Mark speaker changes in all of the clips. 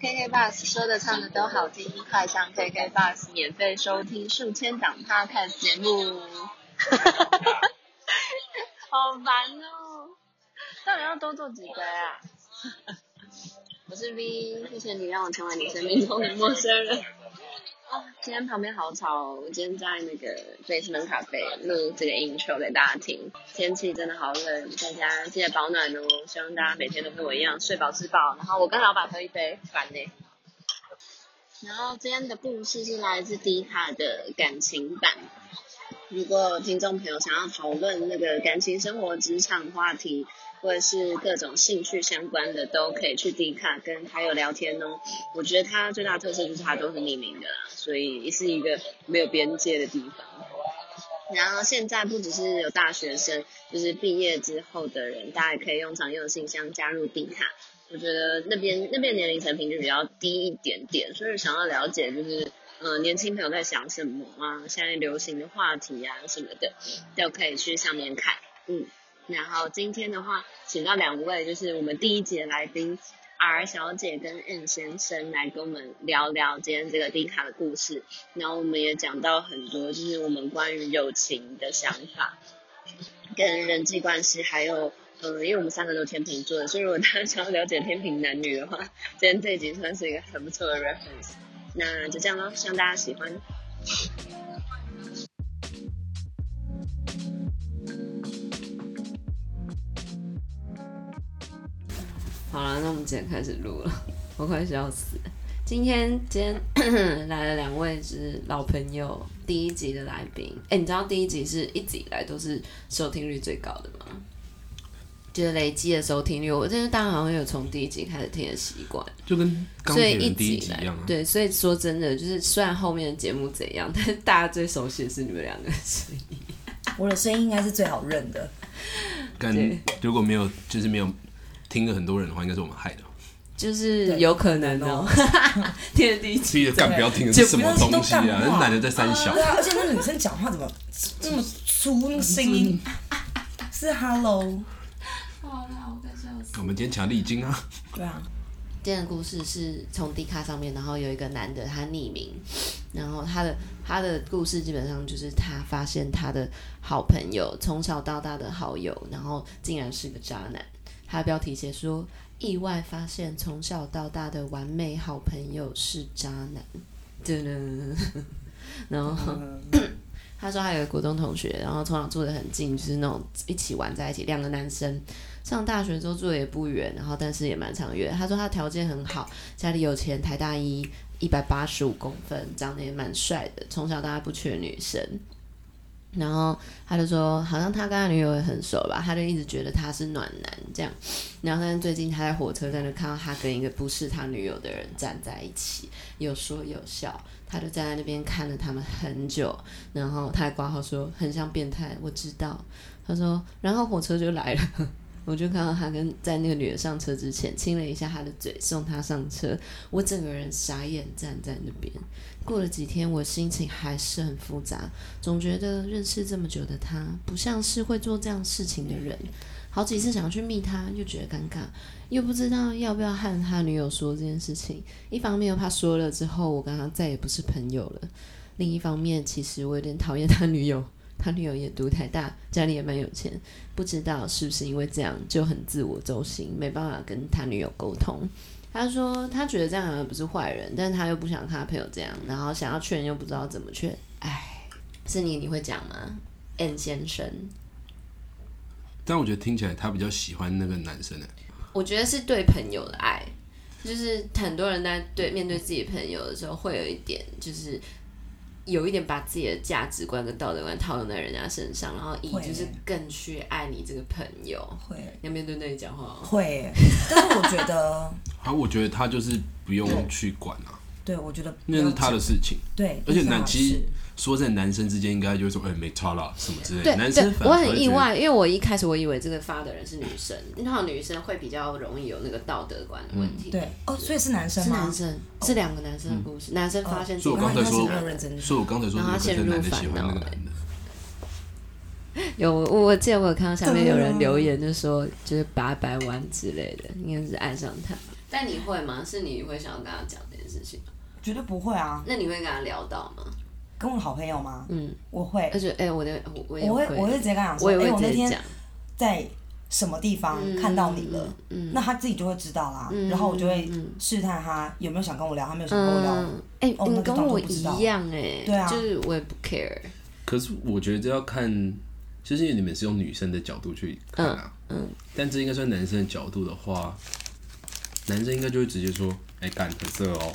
Speaker 1: KK Bus 说的唱的都好听，快上 KK Bus 免费收听数千档 Podcast 节目。 好烦哦！到底要多做几杯啊？ 我是 V，谢谢你让我成为你生命中的陌生人。啊，今天旁边好吵哦！我今天在那个 basement 咖啡录这个 intro 给大家听。天气真的好冷，大家记得保暖哦。希望大家每天都跟我一样睡饱吃饱。然后我跟老板喝一杯，烦呢、然后今天的故事是来自迪卡的感情版。如果听众朋友想要讨论那个感情生活、职场话题，或者是各种兴趣相关的，都可以去迪卡跟还有聊天哦。我觉得它最大的特色就是它都是匿名的啦，所以是一个没有边界的地方。然后现在不只是有大学生，就是毕业之后的人，大家也可以用常用的信箱加入迪卡。我觉得那边那边年龄层平均比较低一点点，所以想要了解就是，呃，年轻朋友在想什么啊，现在流行的话题啊什么的，都可以去上面看。嗯，然后今天的话，请到两位就是我们第一节来宾 R 小姐跟 N 先生来跟我们聊聊今天这个迪卡的故事，然后我们也讲到很多就是我们关于友情的想法，跟人际关系，还有呃，因为我们三个都天秤座的，所以如果大家想要了解天秤男女的话，今天这一集算是一个很不错的 reference。那就这样咯，希望大家喜欢。
Speaker 2: 好了，那我们直接开始录了， 我快笑死了。今天今天 来了两位就是老朋友，第一集的来宾。哎、你知道第一集是一直以来都是收听率最高的吗？就是累积的收听率，我真的大家好像有从第一集开始听的习惯，
Speaker 3: 就跟钢
Speaker 2: 所以
Speaker 3: 铁
Speaker 2: 一
Speaker 3: 人
Speaker 2: 直
Speaker 3: 第一
Speaker 2: 以
Speaker 3: 集一
Speaker 2: 来
Speaker 3: 样、啊，
Speaker 2: 对，所以说真的就是虽然后面的节目怎样， 但是大家最熟悉的是你们两个的声音。
Speaker 4: 我的声音应该是最好认的。
Speaker 3: 跟如果没有就是没有听了很多人的话，应该是我们害的。哦
Speaker 2: 就是
Speaker 4: 对
Speaker 2: 有可能哦、 听了第一集
Speaker 3: 记 得干不要听的
Speaker 2: 就是
Speaker 3: 什么
Speaker 4: 不要
Speaker 3: 东西啊？
Speaker 4: 都干
Speaker 3: 那
Speaker 4: 话
Speaker 3: 男的在三小
Speaker 4: 对，啊，而且那女生讲话怎么这么粗，那个 声音是 Hello，
Speaker 3: 我们今天讲丽晶啊，
Speaker 4: 对啊，
Speaker 2: 今天的故事是从 D 卡上面，然后有一个男的他匿名， 然后他的他的故事基本上就是他发现他的好朋友从小到大的好友，然后竟然是个渣男。他的标题写说意外发现从小到大的完美好朋友是渣男，噔噔，然后。 他说他有个国中同学，然后从小住得很近，就是那种一起玩在一起，两个男生。上大学之后住的也不远，然后但是也蛮常约。他说他条件很好，家里有钱，台大一一百八十五公分，长得也蛮帅的，从小到大不缺女生。然后他就说，好像他跟他女友也很熟吧，他就一直觉得他是暖男这样。然后但是最近他在火车站就看到他跟一个不是他女友的人站在一起，有说有笑。他就站在那边看了他们很久，然后他还挂号说很像变态，我知道。他说，然后火车就来了。我就看到他跟在那个女的上车之前亲了一下她的嘴，送她上车。我整个人傻眼站在那边。过了几天，我心情还是很复杂，总觉得认识这么久的他不像是会做这样事情的人。好几次想要去密他，又觉得尴尬，又不知道要不要和他女友说这件事情。一方面又怕说了之后我跟他再也不是朋友了，另一方面其实我有点讨厌他女友。他女友也读台大，家里也蛮有钱，不知道是不是因为这样就很自我中心，没办法跟他女友沟通。他说他觉得这样好像不是坏人，但是他又不想看他朋友这样，然后想要劝又不知道怎么劝。唉，是你你会讲吗？N 先生，
Speaker 3: 但我觉得听起来他比较喜欢那个男生呢、欸
Speaker 2: 我觉得是对朋友的爱，就是很多人在对面对自己的朋友的时候，会有一点就是。有一点把自己的价值观跟道德观套用在人家身上，然后以
Speaker 4: 会
Speaker 2: 就是更去爱你这个朋友。
Speaker 4: 会
Speaker 2: 你要面对那里讲话、哦，
Speaker 4: 会 耶，但是我觉得，
Speaker 3: 好，我觉得他就是不用去管啊，
Speaker 4: 对我觉得不
Speaker 3: 那
Speaker 4: 要
Speaker 3: 是他的事情。
Speaker 4: 对，
Speaker 3: 而且
Speaker 4: 男
Speaker 3: 男其实说在男生之间应该就会说，哎、没差啦什么之类
Speaker 2: 对
Speaker 3: 的。男
Speaker 2: 对
Speaker 3: 生，反而
Speaker 2: 我
Speaker 3: 会
Speaker 2: 很
Speaker 3: 觉
Speaker 2: 意
Speaker 3: 得，
Speaker 2: 外，因为我一开始我以为这个发的人是女生，因为好像女生会比较容易有那个道德观的问题。
Speaker 4: 对哦，所以是男生
Speaker 2: 是
Speaker 4: 吗哦嗯
Speaker 2: 男？生，是两个男生的故事，男生发现自己
Speaker 3: 哦所以我刚才
Speaker 2: 是
Speaker 3: 说
Speaker 2: 男
Speaker 4: 我
Speaker 2: 的
Speaker 4: 认真，
Speaker 3: 所以我刚才说
Speaker 2: 然后
Speaker 3: 有
Speaker 2: 他
Speaker 3: 可
Speaker 2: 陷
Speaker 3: 能
Speaker 2: 入
Speaker 3: 男的喜
Speaker 2: 烦
Speaker 3: 欢那
Speaker 2: 恼
Speaker 3: 个
Speaker 2: 了
Speaker 3: 男的，
Speaker 2: 有我我记得我有看到下面有人
Speaker 4: 对啊
Speaker 2: 留言就说就是八百万之类的，应该是爱上他。但你会吗？是你会想要跟他讲这件事情吗？
Speaker 4: 绝对不会啊，
Speaker 2: 那你会跟他聊到吗？
Speaker 4: 跟我好朋友吗？
Speaker 2: 嗯，
Speaker 4: 我会
Speaker 2: 而，且哎、我的我我也
Speaker 4: 我会，我会直接跟他讲说，哎、
Speaker 2: 也
Speaker 4: 我
Speaker 2: 会
Speaker 4: 那
Speaker 2: 直接
Speaker 4: 天
Speaker 2: 讲，嗯
Speaker 4: 在什么地方看到你了，那他自己就会知道啦。然后我就会试探他有没有想跟我聊，他没有想跟我聊，
Speaker 2: 嗯，哎、
Speaker 4: 哦那
Speaker 2: 你
Speaker 4: 个
Speaker 2: 跟
Speaker 4: 当
Speaker 2: 我
Speaker 4: 作不知
Speaker 2: 一
Speaker 4: 道
Speaker 2: 样哎、
Speaker 4: 对啊
Speaker 2: 就是我也不 care，
Speaker 3: 可是我觉得这要看，就是因为你们是用女生的角度去看啊，嗯，但这应该算男生的角度的话，男生应该就会直接说，哎、干很色哦，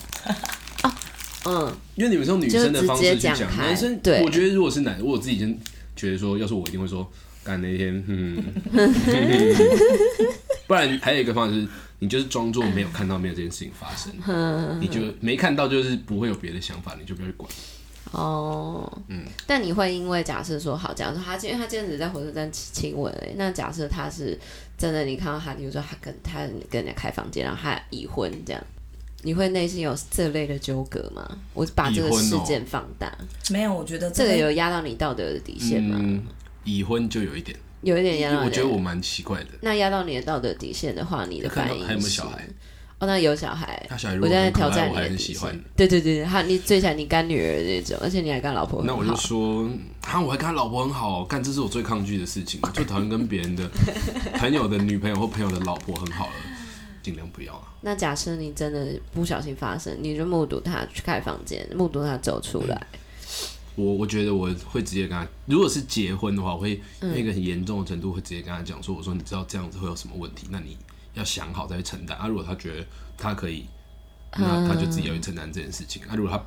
Speaker 2: 嗯，
Speaker 3: 因为你们是用女生的方式去
Speaker 2: 就直接讲
Speaker 3: 讲，
Speaker 2: 开
Speaker 3: 男生，
Speaker 2: 对
Speaker 3: 我觉得如果是男，我自己先觉得说，要是我一定会说，干那天， 嗯，不然还有一个方法就是，你就是装作没有看到，没有这件事情发 生，你就没看到，就是不会有别的想法，你就不要去管。
Speaker 2: 哦，嗯，但你会因为假设说好，假如说他今因为他今天只是在火车站亲亲吻而已，那假设他是真的，你看到他，比如说他跟他跟人家开房间，然后他已婚这样，你会内心有这类的纠葛吗？我把这个
Speaker 3: 已婚
Speaker 2: 事
Speaker 3: 哦
Speaker 2: 件放大，
Speaker 4: 没嗯有，我觉得
Speaker 2: 这
Speaker 4: 个
Speaker 2: 个有压到你道德的底线吗？
Speaker 3: 嗯，已婚就有一点，
Speaker 2: 有一点压到你的，
Speaker 3: 我觉得我蛮奇怪的。
Speaker 2: 那压到你的道德底线的话，你的
Speaker 3: 要看
Speaker 2: 反
Speaker 3: 到
Speaker 2: 应
Speaker 3: 还有没有
Speaker 2: 是
Speaker 3: 小孩？
Speaker 2: 哦，那有小孩，
Speaker 3: 那小孩如
Speaker 2: 我
Speaker 3: 果
Speaker 2: 现在
Speaker 3: 很可
Speaker 2: 挑
Speaker 3: 爱
Speaker 2: 战
Speaker 3: 我
Speaker 2: 你
Speaker 3: 还
Speaker 2: 的
Speaker 3: 很
Speaker 2: 底
Speaker 3: 喜
Speaker 2: 线
Speaker 3: 欢。
Speaker 2: 对对对，他你最想你干女儿的那种，而且你还干老婆很好。
Speaker 3: 那我就说，啊，我还跟他老婆很好，干，这是我最抗拒的事情，我最讨厌跟别人的 朋友的女朋友或朋友的老婆很好了，尽量不要啊。
Speaker 2: 那假设你真的不小心发生，你就目睹他去开房间，目睹他走出来，
Speaker 3: 我我觉得我会直接跟他，如果是结婚的话，我会那个很严重的程度会直接跟他讲说，我说你知道这样子会有什么问题，那你要想好再去承担。啊，如果他觉得他可以，那他就自己要去承担这件事情。啊，如果他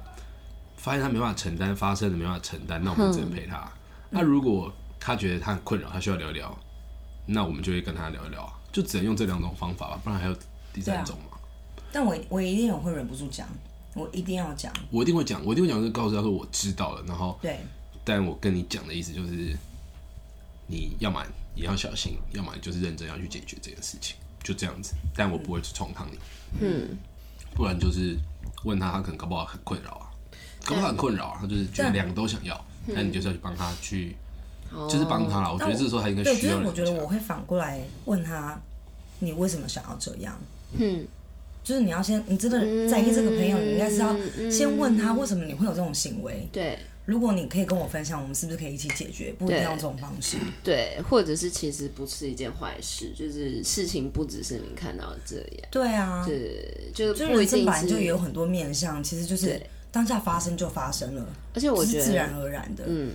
Speaker 3: 发现他没办法承担，发生了没办法承担，那我们只能陪他。那、如果他觉得他很困扰，他需要聊一聊，那我们就会跟他聊一聊啊，就只能用这两种方法吧，不然还有第三种嘛。
Speaker 4: 但我我一定也会忍不住讲，我一定要讲，
Speaker 3: 我一定会讲，我一定会讲，就是告诉他说我知道了，然后
Speaker 4: 对，
Speaker 3: 但我跟你讲的意思就是，你要么你要小心，要么你就是认真要去解决这件事情，就这样子。但我不会去冲康你，嗯，不然就是问他，他可能搞不好很困扰啊，搞不好很困扰啊，他就是觉得两个都想要，
Speaker 2: 嗯
Speaker 3: 但你就是要去帮他去，嗯
Speaker 2: 哦
Speaker 3: 就是帮他啦。我觉得这时候他应该
Speaker 4: 对，
Speaker 3: 需
Speaker 4: 就是
Speaker 3: 要人
Speaker 4: 我觉得
Speaker 3: 家
Speaker 4: 我会反过来问他，你为什么想要这样？
Speaker 2: 嗯，
Speaker 4: 就是你要先，你真的在意这个朋友，你应该是要
Speaker 2: 嗯
Speaker 4: 先问他为什么你会有这种行为。
Speaker 2: 对
Speaker 4: 如果你可以跟我分享，我们是不是可以一起解决？不一定要这种方式。
Speaker 2: 对，或者是其实不是一件坏事，就是事情不只是你看到这样，
Speaker 4: 对啊，
Speaker 2: 对，就
Speaker 4: 就是是
Speaker 2: 不一
Speaker 4: 人生
Speaker 2: 定
Speaker 4: 本来
Speaker 2: 是，
Speaker 4: 就也有很多面向，其实就是
Speaker 2: 对
Speaker 4: 当下发生就发生了，
Speaker 2: 而且我觉
Speaker 4: 是
Speaker 2: 得
Speaker 4: 自然而然的。
Speaker 2: 嗯，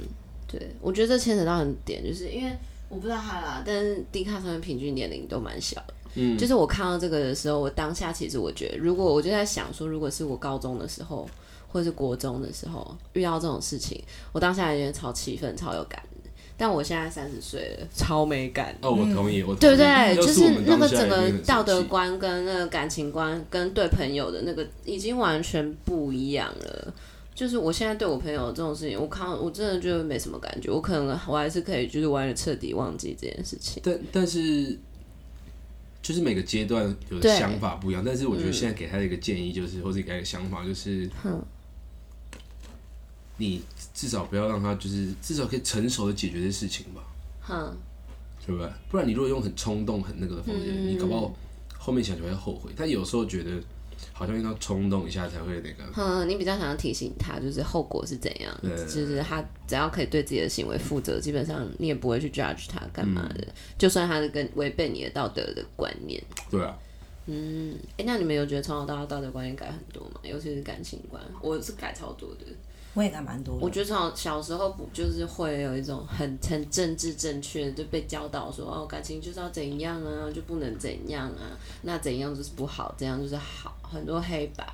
Speaker 2: 对，我觉得这牵扯到很点，就是因为我不知道他啦，但是 D 卡上面平均年龄都蛮小的。嗯，就是我看到这个的时候，我当下其实我觉得，如果我就在想说，如果是我高中的时候，或是国中的时候遇到这种事情，我当下也觉得超气愤、超有感的。但我现在三十岁了，超没感的
Speaker 3: 哦，我同意，我同意
Speaker 2: 对不对？就
Speaker 3: 要嗯我
Speaker 2: 是
Speaker 3: 们
Speaker 2: 那
Speaker 3: 当
Speaker 2: 个
Speaker 3: 下
Speaker 2: 整
Speaker 3: 一定
Speaker 2: 个
Speaker 3: 很生气
Speaker 2: 道德观跟那个感情观跟对朋友的那个已经完全不一样了。就是我现在对我朋友这种事情，我看到我真的觉得没什么感觉，我可能我还是可以就是完全彻底忘记这件事情。
Speaker 3: 但但是，就是每个阶段有的
Speaker 2: 对
Speaker 3: 想法不一样，但是我觉得现在给他的一个建议就是，或者给他一个想法就是，你至少不要让他就是至少可以成熟的解决这事情吧，
Speaker 2: 哼，
Speaker 3: 对不对？不然你如果用很冲动、很那个的方式，你搞不好后面想起来会后悔。但有时候觉得好像一定要冲动一下才会那个，
Speaker 2: 哼，你比较想要提醒他，就是后果是怎样，
Speaker 3: 对
Speaker 2: 就是他只要可以对自己的行为负责，基本上你也不会去 judge 他干嘛
Speaker 3: 嗯
Speaker 2: 的，就算他是跟违背你的道德的观念。
Speaker 3: 对啊，
Speaker 2: 哎、那你们有觉得从小到大道德观念改很多吗？尤其是感情观，我是改超多的。
Speaker 4: 我也感蛮多
Speaker 2: 我
Speaker 4: 的。
Speaker 2: 觉得从小小时候不就是会有一种很很政治正确，就被教导说哦，感情就是要怎样啊，就不能怎样啊，那怎样就是不好，怎样就是好，很多黑白。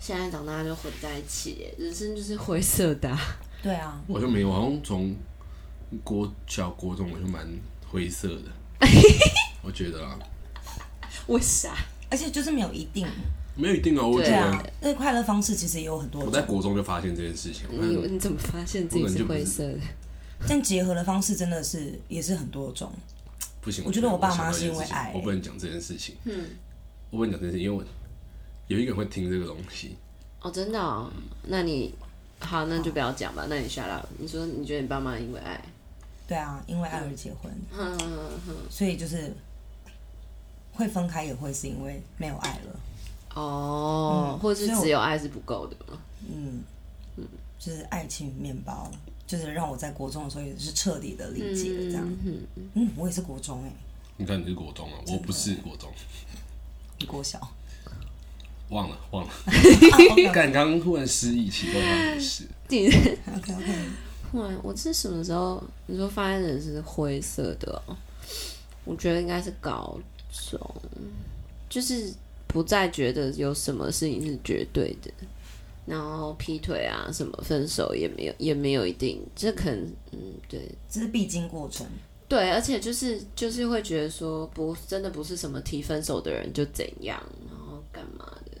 Speaker 2: 现在长大就混在一起，人生就是灰色的啊、
Speaker 4: 对啊，
Speaker 3: 我好像没有，我好像从国小、国中我就蛮灰色的，我觉得啊，
Speaker 2: 为啥？
Speaker 4: 而且就是没有一定。
Speaker 3: 没有一定啊，我觉
Speaker 2: 对
Speaker 4: 对
Speaker 3: 得
Speaker 4: 啊，那快乐方式其实也有很多
Speaker 3: 我在
Speaker 4: 种，
Speaker 3: 国中就发现这件事情，我
Speaker 2: 你
Speaker 4: 嗯
Speaker 3: 看
Speaker 2: 你怎么发现自己是灰色的？
Speaker 4: 但结合的方式真的是也是很多种。
Speaker 3: 不行。
Speaker 4: 我觉得我爸妈
Speaker 3: 想到
Speaker 4: 是因为
Speaker 3: 一件事情
Speaker 4: 爱
Speaker 3: 我不能讲这件事情。嗯，我不能讲这件事情，因为我有一个人会听这个东西。
Speaker 2: 哦，真的、哦？那你好，那就不要讲吧。那你 shut up。你说你觉得你爸妈因为爱，
Speaker 4: 对啊，因为爱而结婚，
Speaker 2: 哼哼哼哼
Speaker 4: 所以就是会分开也会是因为没有爱了，
Speaker 2: 哦，
Speaker 4: 嗯
Speaker 2: 或者是
Speaker 4: 所以我
Speaker 2: 只有爱是不够的嘛。
Speaker 4: 嗯，就是爱情面包，就是让我在国中的时候也是彻底的理解了这样。
Speaker 2: 嗯哼
Speaker 4: 嗯，我也是国中哎、
Speaker 3: 你看你是国中啊，我不是国中，
Speaker 4: 你国 小，啊
Speaker 3: 忘了忘了。干，刚刚突然失忆，奇怪，发生什么 事？
Speaker 2: 你
Speaker 4: OK OK，
Speaker 2: 突然，我是什么时候？你说发现人是灰色的、哦，我觉得应该是高中，就是不再觉得有什么事情是绝对的，然后劈腿啊什么分手也没有也没有一定，这可能嗯对
Speaker 4: 这是必经过程。
Speaker 2: 对，而且就是就是会觉得说不真的不是什么提分手的人就怎样，然后干嘛的。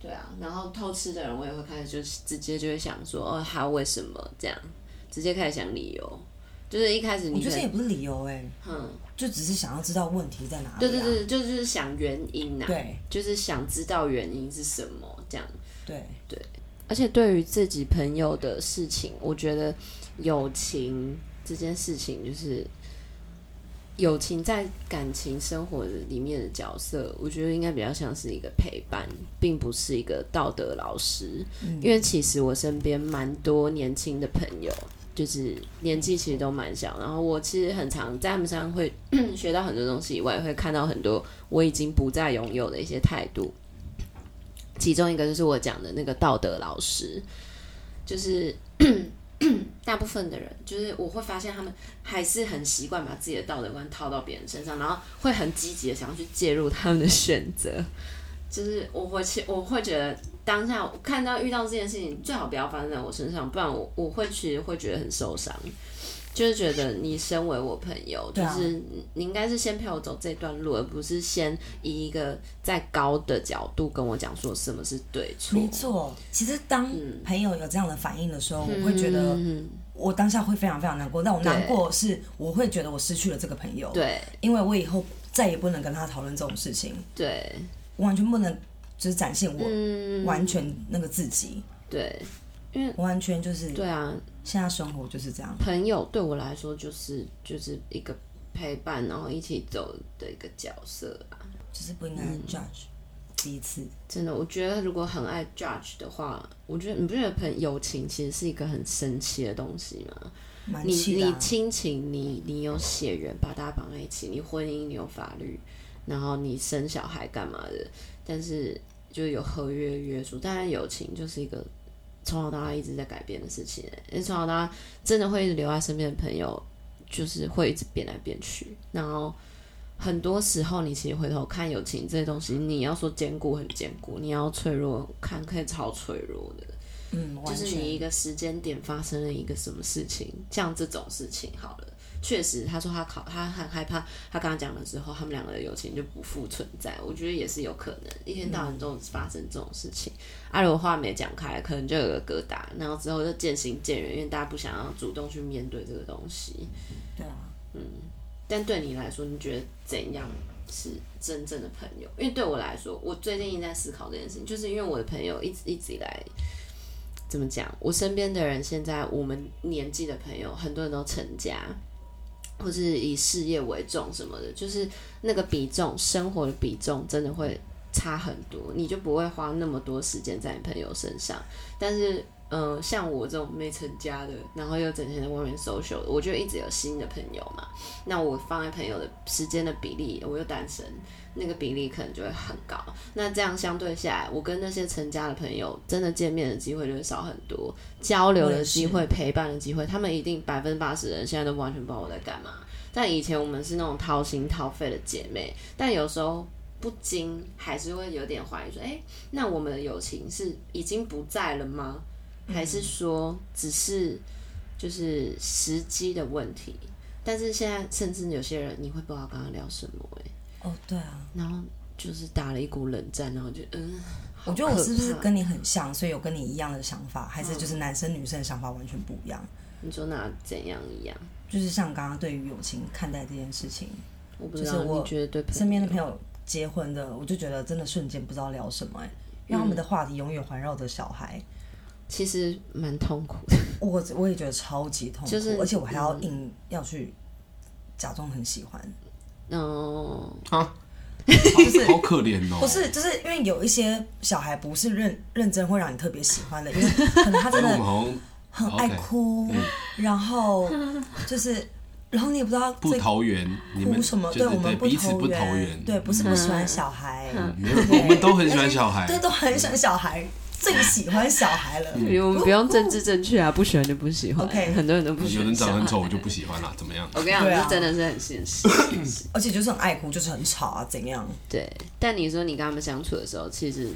Speaker 2: 对啊，然后偷吃的人我也会开始就是直接就会想说，哦，他为什么这样？直接开始想理由，就是一开始
Speaker 4: 我
Speaker 2: 你
Speaker 4: 觉
Speaker 2: 可
Speaker 4: 得这也
Speaker 2: 能，
Speaker 4: 不是理由哎、
Speaker 2: 嗯，
Speaker 4: 就只是想要知道问题在哪里、啊。
Speaker 2: 对对对，就是想原因呐、啊
Speaker 4: 对
Speaker 2: 就是想知道原因是什么这样。
Speaker 4: 对，
Speaker 2: 而且对于自己朋友的事情，我觉得友情这件事情，就是友情在感情生活里面的角色，我觉得应该比较像是一个陪伴，并不是一个道德老师。因为其实我身边蛮多年轻的朋友。就是年纪其实都蛮小，然后我其实很常在他们身上会 学到很多东西，以外也会看到很多我已经不再拥有的一些态度。其中一个就是我讲的那个道德老师，就是 大部分的人，就是我会发现他们还是很习惯把自己的道德观套到别人身上，然后会很积极的想要去介入他们的选择。就是我会去，我会觉得当下我看到遇到这件事情，最好不要发生在我身上，不然我我会去会觉得很受伤。就是觉得你身为我朋友，就
Speaker 4: 对啊
Speaker 2: 是你你应该是先陪我走这段路，而不是先以一个在高的角度跟我讲说什么是对错。
Speaker 4: 没错。其实当朋友有这样的反应的时候，我会觉得
Speaker 2: 嗯
Speaker 4: 我当下会非常非常难过。但我
Speaker 2: 对
Speaker 4: 难过是我会觉得我失去了这个朋友，，
Speaker 2: 对
Speaker 4: 因为我以后再也不能跟他讨论这种事情，
Speaker 2: 对，
Speaker 4: 我完全不能就是展现我、
Speaker 2: 嗯，
Speaker 4: 完全那个自己，
Speaker 2: 对
Speaker 4: 我完全就是
Speaker 2: 对啊，
Speaker 4: 现在生活就是这样。
Speaker 2: 朋友对我来说就是就是一个陪伴，然后一起走的一个角色啊。
Speaker 4: 就是不应该 judge 彼此。
Speaker 2: 真的，我觉得如果很爱 judge 的话，我觉得你不觉得朋友情其实是一个很神奇的东西吗？
Speaker 4: 蛮
Speaker 2: 你
Speaker 4: 气的啊、
Speaker 2: 你亲情，你你有血缘把大家绑在一起，你婚姻你有法律，然后你生小孩干嘛的，但是就有合约约束。当然，友情就是一个从小到大一直在改变的事情、欸，因为从小到大真的会一直留在身边的朋友，就是会一直变来变去，然后。很多时候，你其实回头看友情这些东西，你要说坚固很坚固，你要脆弱看可以超脆弱的。
Speaker 4: 嗯，
Speaker 2: 就
Speaker 4: 完
Speaker 2: 是
Speaker 4: 全
Speaker 2: 你一个时间点发生了一个什么事情，像这种事情好了，确实他说他考他很害怕，他刚刚讲了之后，他们两个的友情就不复存在，我觉得也是有可能，一天到晚都
Speaker 4: 嗯
Speaker 2: 发生这种事情。阿如果话没讲开，可能就有个疙瘩，然后之后就渐行渐远，因为大家不想要主动去面对这个东西。
Speaker 4: 对啊，
Speaker 2: 但对你来说，你觉得怎样是真正的朋友？因为对我来说，我最近一直在思考这件事情，就是因为我的朋友一直一直以来怎么讲，我身边的人现在我们年纪的朋友，很多人都成家，或是以事业为重什么的，就是那个比重，生活的比重真的会差很多，你就不会花那么多时间在你朋友身上。但是，嗯、像我这种没成家的，然后又整天在外面 social 的，我就一直有新的朋友嘛。那我放在朋友的时间的比例，我又单身，那个比例可能就会很高。那这样相对下来，我跟那些成家的朋友真的见面的机会就会少很多，交流的机
Speaker 4: 我
Speaker 2: 会、陪伴的机会，他们一定百分之八十的人现在都完全不知道我在干嘛。但以前我们是那种掏心掏肺的姐妹，但有时候不禁还是会有点怀疑说，哎、那我们的友情是已经不在了吗？还是说只是就是时机的问题？但是现在甚至有些人你会不知道跟他聊什么、欸，
Speaker 4: 哦对啊，
Speaker 2: 然后就是打了一股冷战，然后就嗯，好
Speaker 4: 我觉得我
Speaker 2: 可
Speaker 4: 是不是
Speaker 2: 怕嗯
Speaker 4: 跟你很像，所以有跟你一样的想法，还是就是男生女生的想法完全不一样？
Speaker 2: 你说哪怎样一样？
Speaker 4: 就是像刚刚对于友情看待这件事情，
Speaker 2: 我不
Speaker 4: 就
Speaker 2: 知
Speaker 4: 是
Speaker 2: 道，
Speaker 4: 我
Speaker 2: 你觉得对朋友
Speaker 4: 身边的朋友结婚的，我就觉得真的瞬间不知道聊什么、欸，因为他们
Speaker 2: 嗯
Speaker 4: 的话题永远环绕着小孩，
Speaker 2: 其实蛮痛苦的，
Speaker 4: 我我也觉得超级痛苦，
Speaker 2: 就是嗯
Speaker 4: 而且我还
Speaker 2: 哦
Speaker 4: 要硬要去假装很喜欢，
Speaker 2: 嗯，
Speaker 3: 啊，
Speaker 4: 就是
Speaker 3: 好可怜哦。
Speaker 4: 不是，就是因为有一些小孩不是认认真会让你特别喜欢的，因为可能他
Speaker 3: 哎，
Speaker 4: 真
Speaker 3: 我们
Speaker 4: 的
Speaker 3: 好像
Speaker 4: 很爱
Speaker 3: 哦
Speaker 4: 哭，然后就是，然后你也不知道
Speaker 3: 嗯不
Speaker 4: 在
Speaker 3: 投缘，你们
Speaker 4: 哭什么，
Speaker 3: 就是
Speaker 4: 对我们
Speaker 3: 对彼此
Speaker 4: 投
Speaker 3: 不投
Speaker 4: 缘，
Speaker 3: 缘，
Speaker 4: 对，不是不喜欢
Speaker 2: 嗯
Speaker 4: 小孩，
Speaker 3: 没有，我们都很喜欢小孩，
Speaker 4: 对，都很喜欢小孩，最喜欢小孩
Speaker 3: 嗯
Speaker 4: 了。
Speaker 2: 因为我们不用政治正确啊，不喜欢就不喜欢。
Speaker 4: OK
Speaker 2: 很多人都不喜
Speaker 3: 有
Speaker 2: 欢。
Speaker 3: 人长得很丑，我就不喜欢啦，怎么样？
Speaker 2: 我跟你讲，
Speaker 4: 对啊
Speaker 2: 这真的是很现实。
Speaker 4: 而且就是很爱哭，就是很吵啊，怎样？
Speaker 2: 对，但你说你跟他们相处的时候，其实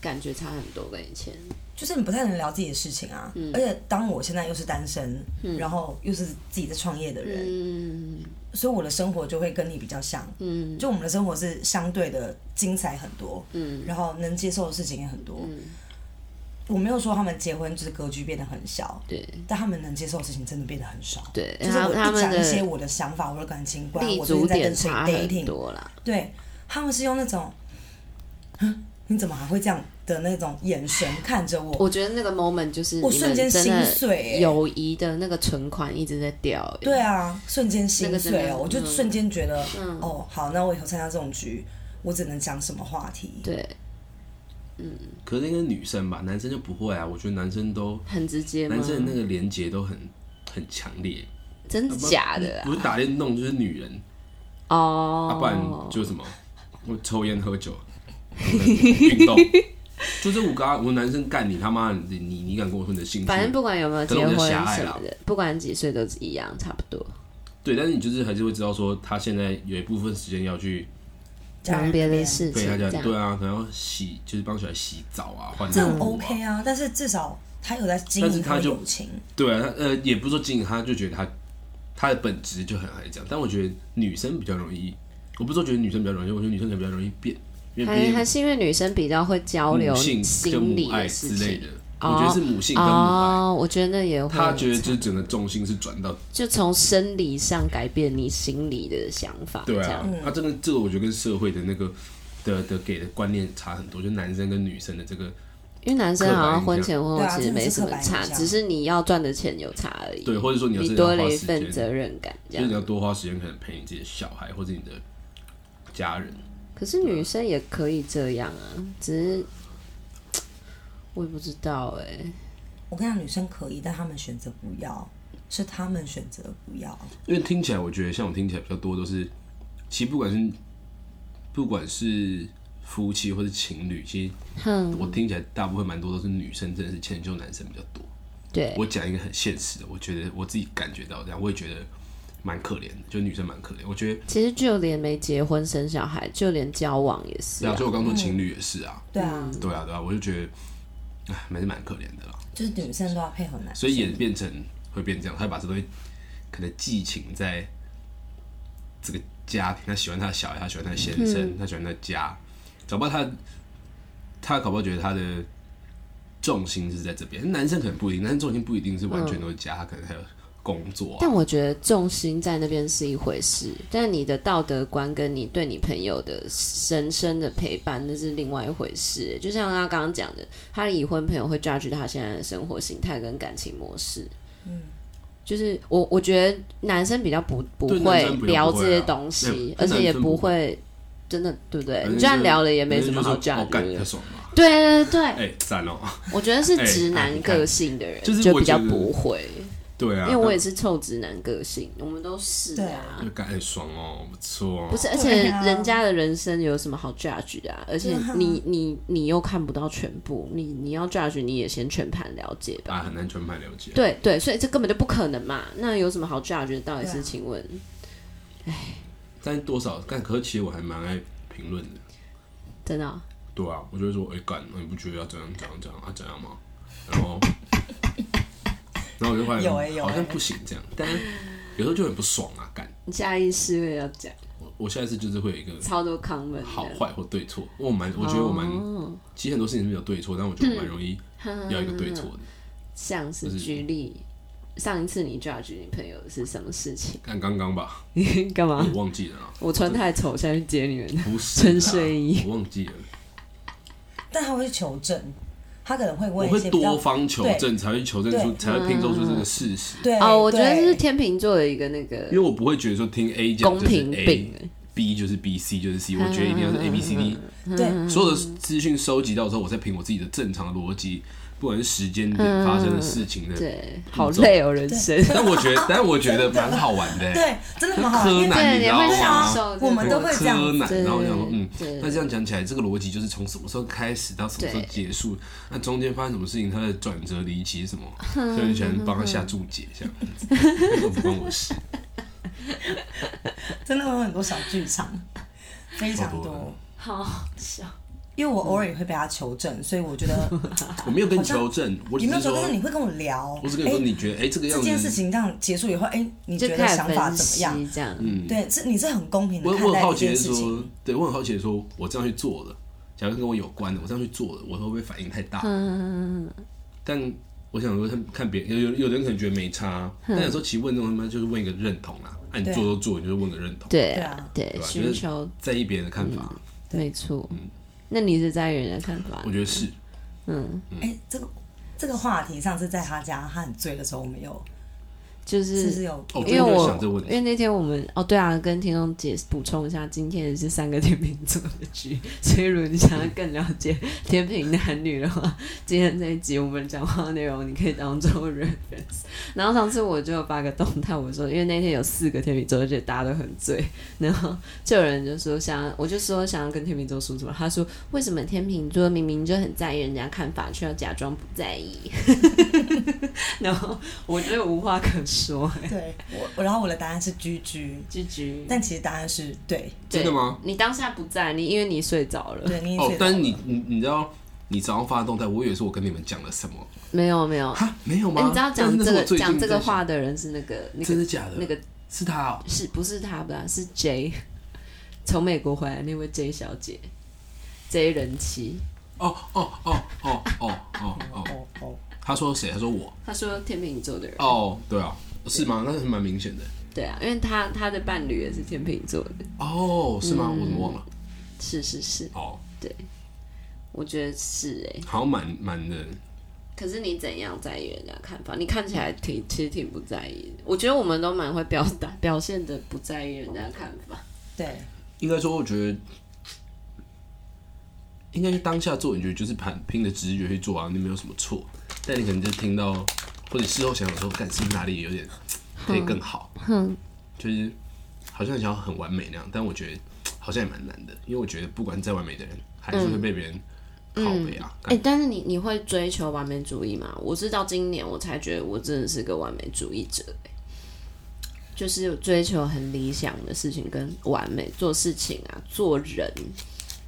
Speaker 2: 感觉差很多，跟以前。
Speaker 4: 就是你不太能聊自己的事情啊。
Speaker 2: 嗯
Speaker 4: 而且当我现在又是单身，然后又是自己在创业的人，
Speaker 2: 嗯
Speaker 4: 所以我的生活就会跟你比较像。
Speaker 2: 嗯
Speaker 4: 就我们的生活是相对的精彩很多，
Speaker 2: 嗯
Speaker 4: 然后能接受的事情也很多。我没有说他们结婚就是格局变得很小，
Speaker 2: 对
Speaker 4: 但他们能接受的事情真的变得很少。
Speaker 2: 嗯对，
Speaker 4: 就是
Speaker 2: 他
Speaker 4: 我
Speaker 2: 他
Speaker 4: 一
Speaker 2: 们
Speaker 4: 讲一些
Speaker 2: 的
Speaker 4: 我的想法、我的感情观，
Speaker 2: 立
Speaker 4: 我最
Speaker 2: 足
Speaker 4: 近在
Speaker 2: 点
Speaker 4: 跟谁
Speaker 2: 差很
Speaker 4: dating，
Speaker 2: 多啦。
Speaker 4: 对，他们是用那种，哼你怎么还会这样的那种眼神看着我，
Speaker 2: 我觉得那个 moment 就是
Speaker 4: 我
Speaker 2: 你
Speaker 4: 瞬
Speaker 2: 们
Speaker 4: 间
Speaker 2: 真
Speaker 4: 心
Speaker 2: 的
Speaker 4: 碎欸
Speaker 2: 友谊的那个存款一直在掉、欸。
Speaker 4: 对啊，瞬间
Speaker 2: 那
Speaker 4: 心
Speaker 2: 个真的
Speaker 4: 碎哦，我就
Speaker 2: 嗯
Speaker 4: 瞬间觉得，哦，好，那我以后参加这种局，我只能讲什么话题？
Speaker 2: 对，
Speaker 3: 可是那个女生吧，男生就不会啊，我觉得男生都
Speaker 2: 很直接吗
Speaker 3: 男？生的那个连接都很很强烈，
Speaker 2: 真的假的啊
Speaker 3: 不？是打电动就是女人，
Speaker 2: 哦、
Speaker 3: 啊，不然就是啊什么，我抽烟喝酒，运动，就这五个啊，我男生干你他妈，你你你敢跟我说你的兴 趣？
Speaker 2: 反正不管有没有结婚
Speaker 3: 可能我比较狭隘
Speaker 2: 什
Speaker 3: 啦
Speaker 2: 么的，不管几岁都是一样，差不多。
Speaker 3: 对，但是你就是还是会知道说，他现在有一部分时间要去
Speaker 4: 家人
Speaker 2: 忙
Speaker 4: 那
Speaker 2: 别的
Speaker 4: 边
Speaker 2: 事
Speaker 3: 陪
Speaker 2: 情，
Speaker 3: 他家
Speaker 2: 这
Speaker 3: 里，对
Speaker 2: 样
Speaker 3: 啊，可能要洗，就是帮小孩洗澡啊，换
Speaker 4: 这
Speaker 3: 尿
Speaker 2: 嗯
Speaker 4: 很
Speaker 3: 布啊
Speaker 4: OK 啊，但是至少他有在经
Speaker 3: 但是
Speaker 4: 营
Speaker 3: 他
Speaker 4: 的
Speaker 3: 就
Speaker 4: 友情，
Speaker 3: 对啊，他呃也不是说经营，他就觉得他他的本质就很爱这样，但我觉得女生比较容易，我不是说觉得女生比较容易，我觉得女生可能比较容易变，因为毕
Speaker 2: 还还
Speaker 3: 竟
Speaker 2: 是因为女生比较会交流
Speaker 3: 母性跟
Speaker 2: 心
Speaker 3: 母
Speaker 2: 理
Speaker 3: 爱
Speaker 2: 的
Speaker 3: 之
Speaker 2: 事
Speaker 3: 类
Speaker 2: 情
Speaker 3: 的。，我觉得是母性跟母爱。
Speaker 2: 哦，我觉得那也会，
Speaker 3: 他觉得就是整个重心是转到
Speaker 2: 就从生理上改变你心理的想法，
Speaker 3: 对
Speaker 2: 这
Speaker 3: 啊
Speaker 2: 样，
Speaker 3: 他真的这个我觉得跟社会的那个的的给的观念差很多，就男生跟女生的这个
Speaker 2: 因为男生好像
Speaker 3: 刻板
Speaker 2: 婚
Speaker 3: 印象
Speaker 2: 前婚
Speaker 4: 对
Speaker 2: 后
Speaker 4: 啊
Speaker 2: 其实
Speaker 4: 真的
Speaker 2: 没
Speaker 4: 是
Speaker 2: 什
Speaker 4: 刻
Speaker 2: 么
Speaker 4: 板印
Speaker 2: 差，
Speaker 4: 象
Speaker 2: 只是你要赚的钱有差而已，
Speaker 3: 对，或者说你要
Speaker 2: 你
Speaker 3: 真
Speaker 2: 多
Speaker 3: 的要
Speaker 2: 了
Speaker 3: 花
Speaker 2: 一
Speaker 3: 时
Speaker 2: 份
Speaker 3: 间，
Speaker 2: 责任感这
Speaker 3: 就是你
Speaker 2: 样。
Speaker 3: 要多花时间可能陪你自己的小孩或者你的家人。
Speaker 2: 可是女生也可以这样啊，只是我也不知道哎、
Speaker 4: 我跟你讲，女生可以，但她们选择不要，是她们选择不要。
Speaker 3: 因为听起来，我觉得像我听起来比较多都是，其实不管是不管是夫妻或是情侣，其实
Speaker 2: 哼，
Speaker 3: 我听起来大部分蛮多都是女生真的是迁就男生比较多。
Speaker 2: 对，
Speaker 3: 我讲一个很现实的，我觉得我自己感觉到这样，我也觉得蛮可怜的，就女生蛮可怜。我觉得，
Speaker 2: 其实就连没结婚生小孩，就连交往也是、
Speaker 3: 对啊，
Speaker 2: 啊
Speaker 3: 所以。我刚说情侣也是啊，
Speaker 4: 对啊，
Speaker 2: 嗯
Speaker 3: 对啊，对啊，我就觉得，哎，还是蛮可怜的啦。
Speaker 4: 就是女生都要配合男生，
Speaker 3: 所以演变成会变这样，他把这东西可能寄情在这个家庭，他喜欢他的小孩，他喜欢他的先
Speaker 2: 嗯
Speaker 3: 生，他喜欢他的家，搞不好他他搞不好觉得他的重心是在这边，男生可能不一定，男生重心不一定是完全都是家，他可能还有工作、啊
Speaker 2: 但。我觉得重心在那边是一回事，但你的道德观跟你对你朋友的深深的陪伴，那是另外一回事。就像他刚刚讲的，他的已婚朋友会 judge 他现在的生活形态跟感情模式。嗯，就是我我觉得男生比较不不
Speaker 3: 对
Speaker 2: 会
Speaker 3: 男生比较不会啊
Speaker 2: 聊这些东西
Speaker 3: 对，
Speaker 2: 而且也
Speaker 3: 男生不
Speaker 2: 不
Speaker 3: 会
Speaker 2: 会真的对不对？
Speaker 3: 男
Speaker 2: 你
Speaker 3: 生
Speaker 2: 就算聊了也没
Speaker 3: 男
Speaker 2: 什
Speaker 3: 生
Speaker 2: 么
Speaker 3: 就
Speaker 2: 好
Speaker 3: 说哦
Speaker 2: judge
Speaker 3: 干
Speaker 2: 的
Speaker 3: 太。爽了，
Speaker 2: 对对对对，
Speaker 3: 哎，赞哦，
Speaker 2: 我觉得是
Speaker 3: 哎
Speaker 2: 直
Speaker 3: 啊
Speaker 2: 男
Speaker 3: 你看
Speaker 2: 个性的人
Speaker 3: 就是
Speaker 2: 就
Speaker 3: 我
Speaker 2: 比较
Speaker 3: 觉得
Speaker 2: 不会。
Speaker 3: 对啊，
Speaker 2: 因为我也是臭直男个性，我们都是
Speaker 4: 对
Speaker 2: 啊
Speaker 3: 就。干哎爽哦，不错哦，
Speaker 2: 不是，而且
Speaker 4: 对啊
Speaker 2: 人家的人生有什么好 judge 的啊？而且你你你又看不到全部，你你要 judge 你也先全盘了解吧。
Speaker 3: 啊，很难全盘了解。
Speaker 2: 对对，所以这根本就不可能嘛。那有什么好 judge 的？到底
Speaker 4: 对
Speaker 2: 是
Speaker 4: 啊
Speaker 2: 请问？
Speaker 3: 但多少干，可是其实我还蛮爱评论的。
Speaker 2: 真的哦、
Speaker 3: 对啊，我就会说，哎、干，你不觉得要怎样怎样怎样啊怎样吗？然后，然后我就发现哎
Speaker 4: 有欸有欸
Speaker 3: 好像不行这样，但是有时候就很不爽啊，干。
Speaker 2: 你下意识会要讲
Speaker 3: 我我下一次就是会有一个
Speaker 2: 超多 comment 的
Speaker 3: 好坏或对错，我蛮我觉得我蛮，
Speaker 2: 哦
Speaker 3: 其实很多事情是没有对错，但我觉得我蛮容易要一个对错的。
Speaker 2: 像是
Speaker 3: 就是
Speaker 2: 举例，上一次你 judge 你朋友是什么事情？
Speaker 3: 看刚刚
Speaker 4: 嗯
Speaker 3: 吧，
Speaker 2: 干
Speaker 3: 我
Speaker 2: 嘛？
Speaker 3: 忘记了 啦，
Speaker 2: 我穿太丑，下去接你们。
Speaker 3: 不是
Speaker 2: 穿
Speaker 3: 啦
Speaker 2: 睡衣
Speaker 3: 我忘记了，
Speaker 4: 但她会去求证，她可能会
Speaker 3: 我
Speaker 4: 问一
Speaker 3: 会
Speaker 4: 些比较
Speaker 3: 多方求证，才会求证出，
Speaker 4: 对嗯
Speaker 3: 才会拼凑出这个事实。
Speaker 4: 对
Speaker 2: 哦，我觉得
Speaker 4: 对
Speaker 2: 是天秤座的一个那个
Speaker 3: 因为我不会觉得说听 A 讲
Speaker 2: 公
Speaker 3: 就是
Speaker 2: 平嗯
Speaker 3: A，
Speaker 2: 病，
Speaker 3: B 就是 B C 就是 C，我觉得一定要是 A B C D，
Speaker 4: 对，
Speaker 2: 嗯
Speaker 3: 所有的资讯收集到之后，我再凭我自己的正常逻辑，不管是时间点发
Speaker 2: 嗯
Speaker 3: 生的事情的，
Speaker 2: 对，好累哦，人生。
Speaker 3: 但我觉得，但我觉得蛮好玩的、欸。
Speaker 4: 对，真的蛮好玩，
Speaker 3: 柯
Speaker 4: 因 为
Speaker 3: 啊南你知道
Speaker 2: 对你会享
Speaker 3: 吗
Speaker 2: 受？
Speaker 4: 我们都会这样
Speaker 3: 柯南，
Speaker 2: 对
Speaker 3: 然后我想说，嗯
Speaker 2: 对，
Speaker 3: 那这样讲起来，这个逻辑就是从什么时候开始到什么时候
Speaker 2: 对
Speaker 3: 结束，那中间发生什么事情，它的转折离奇是 什么，所以我就喜欢帮他下注解这样子，根本不关我的事。
Speaker 4: 真的会有很多小剧场，非常
Speaker 3: 超多
Speaker 4: 多
Speaker 3: 的。
Speaker 2: 好好笑，
Speaker 4: 因为我偶尔也会被他求证，所以我觉得
Speaker 3: 我没有跟你求证， 我只
Speaker 4: 有没有
Speaker 3: 是
Speaker 4: 求
Speaker 3: 说
Speaker 4: 证，但，是你会跟我聊。
Speaker 3: 我只跟你说，
Speaker 4: 哎
Speaker 3: 你觉得哎这个样
Speaker 4: 这
Speaker 3: 子
Speaker 4: 件事情这样结束以后，哎、你
Speaker 2: 就
Speaker 4: 觉得
Speaker 2: 开始
Speaker 4: 想法
Speaker 2: 分
Speaker 4: 怎么
Speaker 2: 析
Speaker 4: 样？
Speaker 2: 这样，
Speaker 3: 嗯
Speaker 4: 对，这你是很公平的
Speaker 3: 我
Speaker 4: 看
Speaker 3: 我很
Speaker 4: 待
Speaker 3: 好
Speaker 4: 这
Speaker 3: 奇
Speaker 4: 件
Speaker 3: 的
Speaker 4: 事
Speaker 3: 是说
Speaker 4: 情。，
Speaker 3: 对我很好奇的是说，我这样去做的，假如跟我有关的，我这样去做的，我会不会反应太大？
Speaker 2: 嗯
Speaker 3: 但我想说看，看别人有有有人可能觉得没差，
Speaker 2: 嗯
Speaker 3: 但有时候其实问这种他妈就是问一个认同啊，啊你
Speaker 4: 对啊
Speaker 3: 做都做，你就是问个认同，
Speaker 2: 对嗯
Speaker 4: 对
Speaker 2: 啊
Speaker 4: 啊，
Speaker 2: 对
Speaker 3: 对，吧？
Speaker 2: 寻
Speaker 3: 就是
Speaker 2: 求
Speaker 3: 在意别人的看法，
Speaker 2: 没错。那你是在意人的看法嗯
Speaker 3: 我？觉得是。嗯
Speaker 4: 哎、这个这个话题上次在他家，他很醉的时候，我们有
Speaker 2: 就是
Speaker 4: 不
Speaker 2: 是
Speaker 4: 是有？
Speaker 3: 哦
Speaker 2: 因为
Speaker 3: 我真的
Speaker 2: 我
Speaker 3: 想这个问题
Speaker 2: 因为那天我们哦对啊，跟听众解补充一下，今天是三个天秤座的剧， 所以如果你想要更了解天秤男女的话，今天这一集我们讲话的内容你可以当做 reference。然后上次我就有发个动态，我说因为那天有四个天秤座，而且大家都很醉，然后就有人就说想，我就说想要跟天秤座说什么，他说为什么天秤座明明就很在意人家看法，却要假装不在意？ 然后我觉得无话可说、欸。
Speaker 4: 对我，我然后我的答案是居居，
Speaker 2: 居居，
Speaker 4: 但其实答案是对，
Speaker 2: 对
Speaker 3: 真的吗？
Speaker 2: 你当下不在，你因为你睡着了。
Speaker 4: 对你已经
Speaker 3: 哦
Speaker 4: 醉，
Speaker 3: 但是
Speaker 4: 了
Speaker 3: 你你你知道，你早上发的动态，我以为是我跟你们讲了什么
Speaker 2: 没有没有，
Speaker 3: 啊？没有
Speaker 2: 哎
Speaker 3: 吗？
Speaker 2: 你知道
Speaker 3: 但是
Speaker 2: 讲
Speaker 3: 那
Speaker 2: 这
Speaker 3: 是我
Speaker 2: 个
Speaker 3: 最近
Speaker 2: 讲这个
Speaker 3: 在想
Speaker 2: 话，的人是那个那
Speaker 3: 真
Speaker 2: 个
Speaker 3: 的假的？
Speaker 2: 那个
Speaker 3: 是他哦，
Speaker 2: 是不是他吧？是 J，从美国回来那位 J 小姐，J 人妻，
Speaker 3: 哦哦哦哦哦哦哦，
Speaker 4: 哦哦，
Speaker 3: 他说谁？他说我。
Speaker 2: 她说天秤座的人，
Speaker 3: 哦，对啊，是吗？那是蛮明显的。
Speaker 2: 对啊，因为她她的伴侣也是天秤座的，
Speaker 3: 哦，是吗？我怎么忘了？
Speaker 2: 是是是，
Speaker 3: 哦，
Speaker 2: 我觉得是哎、
Speaker 3: 好像蛮蛮的。
Speaker 2: 可是你怎样在意人家看法？你看起来挺其实挺不在意的，我觉得我们都蛮会表达表现的不在意人家看法，
Speaker 4: 对，
Speaker 3: 应该说，我觉得应该是当下做，你觉得就是盘拼着直觉去做啊，你没有什么错。但你可能就听到，或者事后想想说，感是不是哪里有点可以更好？就是好像想要很完美那样，但我觉得好像也蛮难的，因为我觉得不管再完美的人，还是会被别人拷贝啊。
Speaker 2: 哎、但是你你会追求完美主义吗？我是到今年我才觉得我真的是个完美主义者、哎就是追求很理想的事情跟完美做事情啊，做人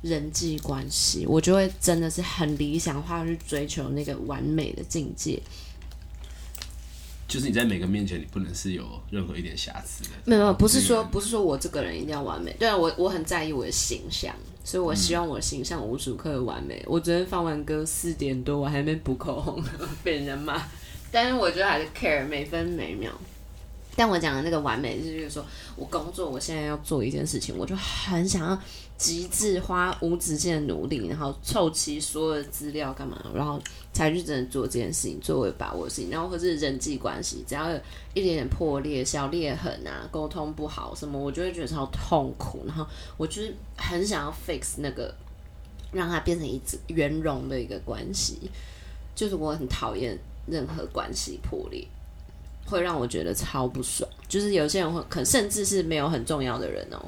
Speaker 2: 人际关系，我就会真的是很理想化去追求那个完美的境界。
Speaker 3: 就是你在每个面前，你不能是有任何一点瑕疵的。
Speaker 2: 没有没有，不是
Speaker 3: 嗯
Speaker 2: 说不是说我这个人一定要完美，对啊，我我很在意我的形象，所以我希望我的形象无时无刻的完美。我昨天放完歌四点多，我还没补口红， 被人家骂，但是我觉得还是 care 每分每秒。但我讲的那个完美，就是比如说我工作，我现在要做一件事情，我就很想要极致花无止境的努力，然后凑齐所有的资料干嘛，然后才去真的做这件事情，作为把握的事情，然后或是人际关系，只要有一点点破裂、小裂痕啊，沟通不好什么，我就会觉得超痛苦，然后我就是很想要 fix 那个，让它变成一只圆融的一个关系，就是我很讨厌任何关系破裂。会让我觉得超不爽，就是有些人会，可甚至是没有很重要的人哦、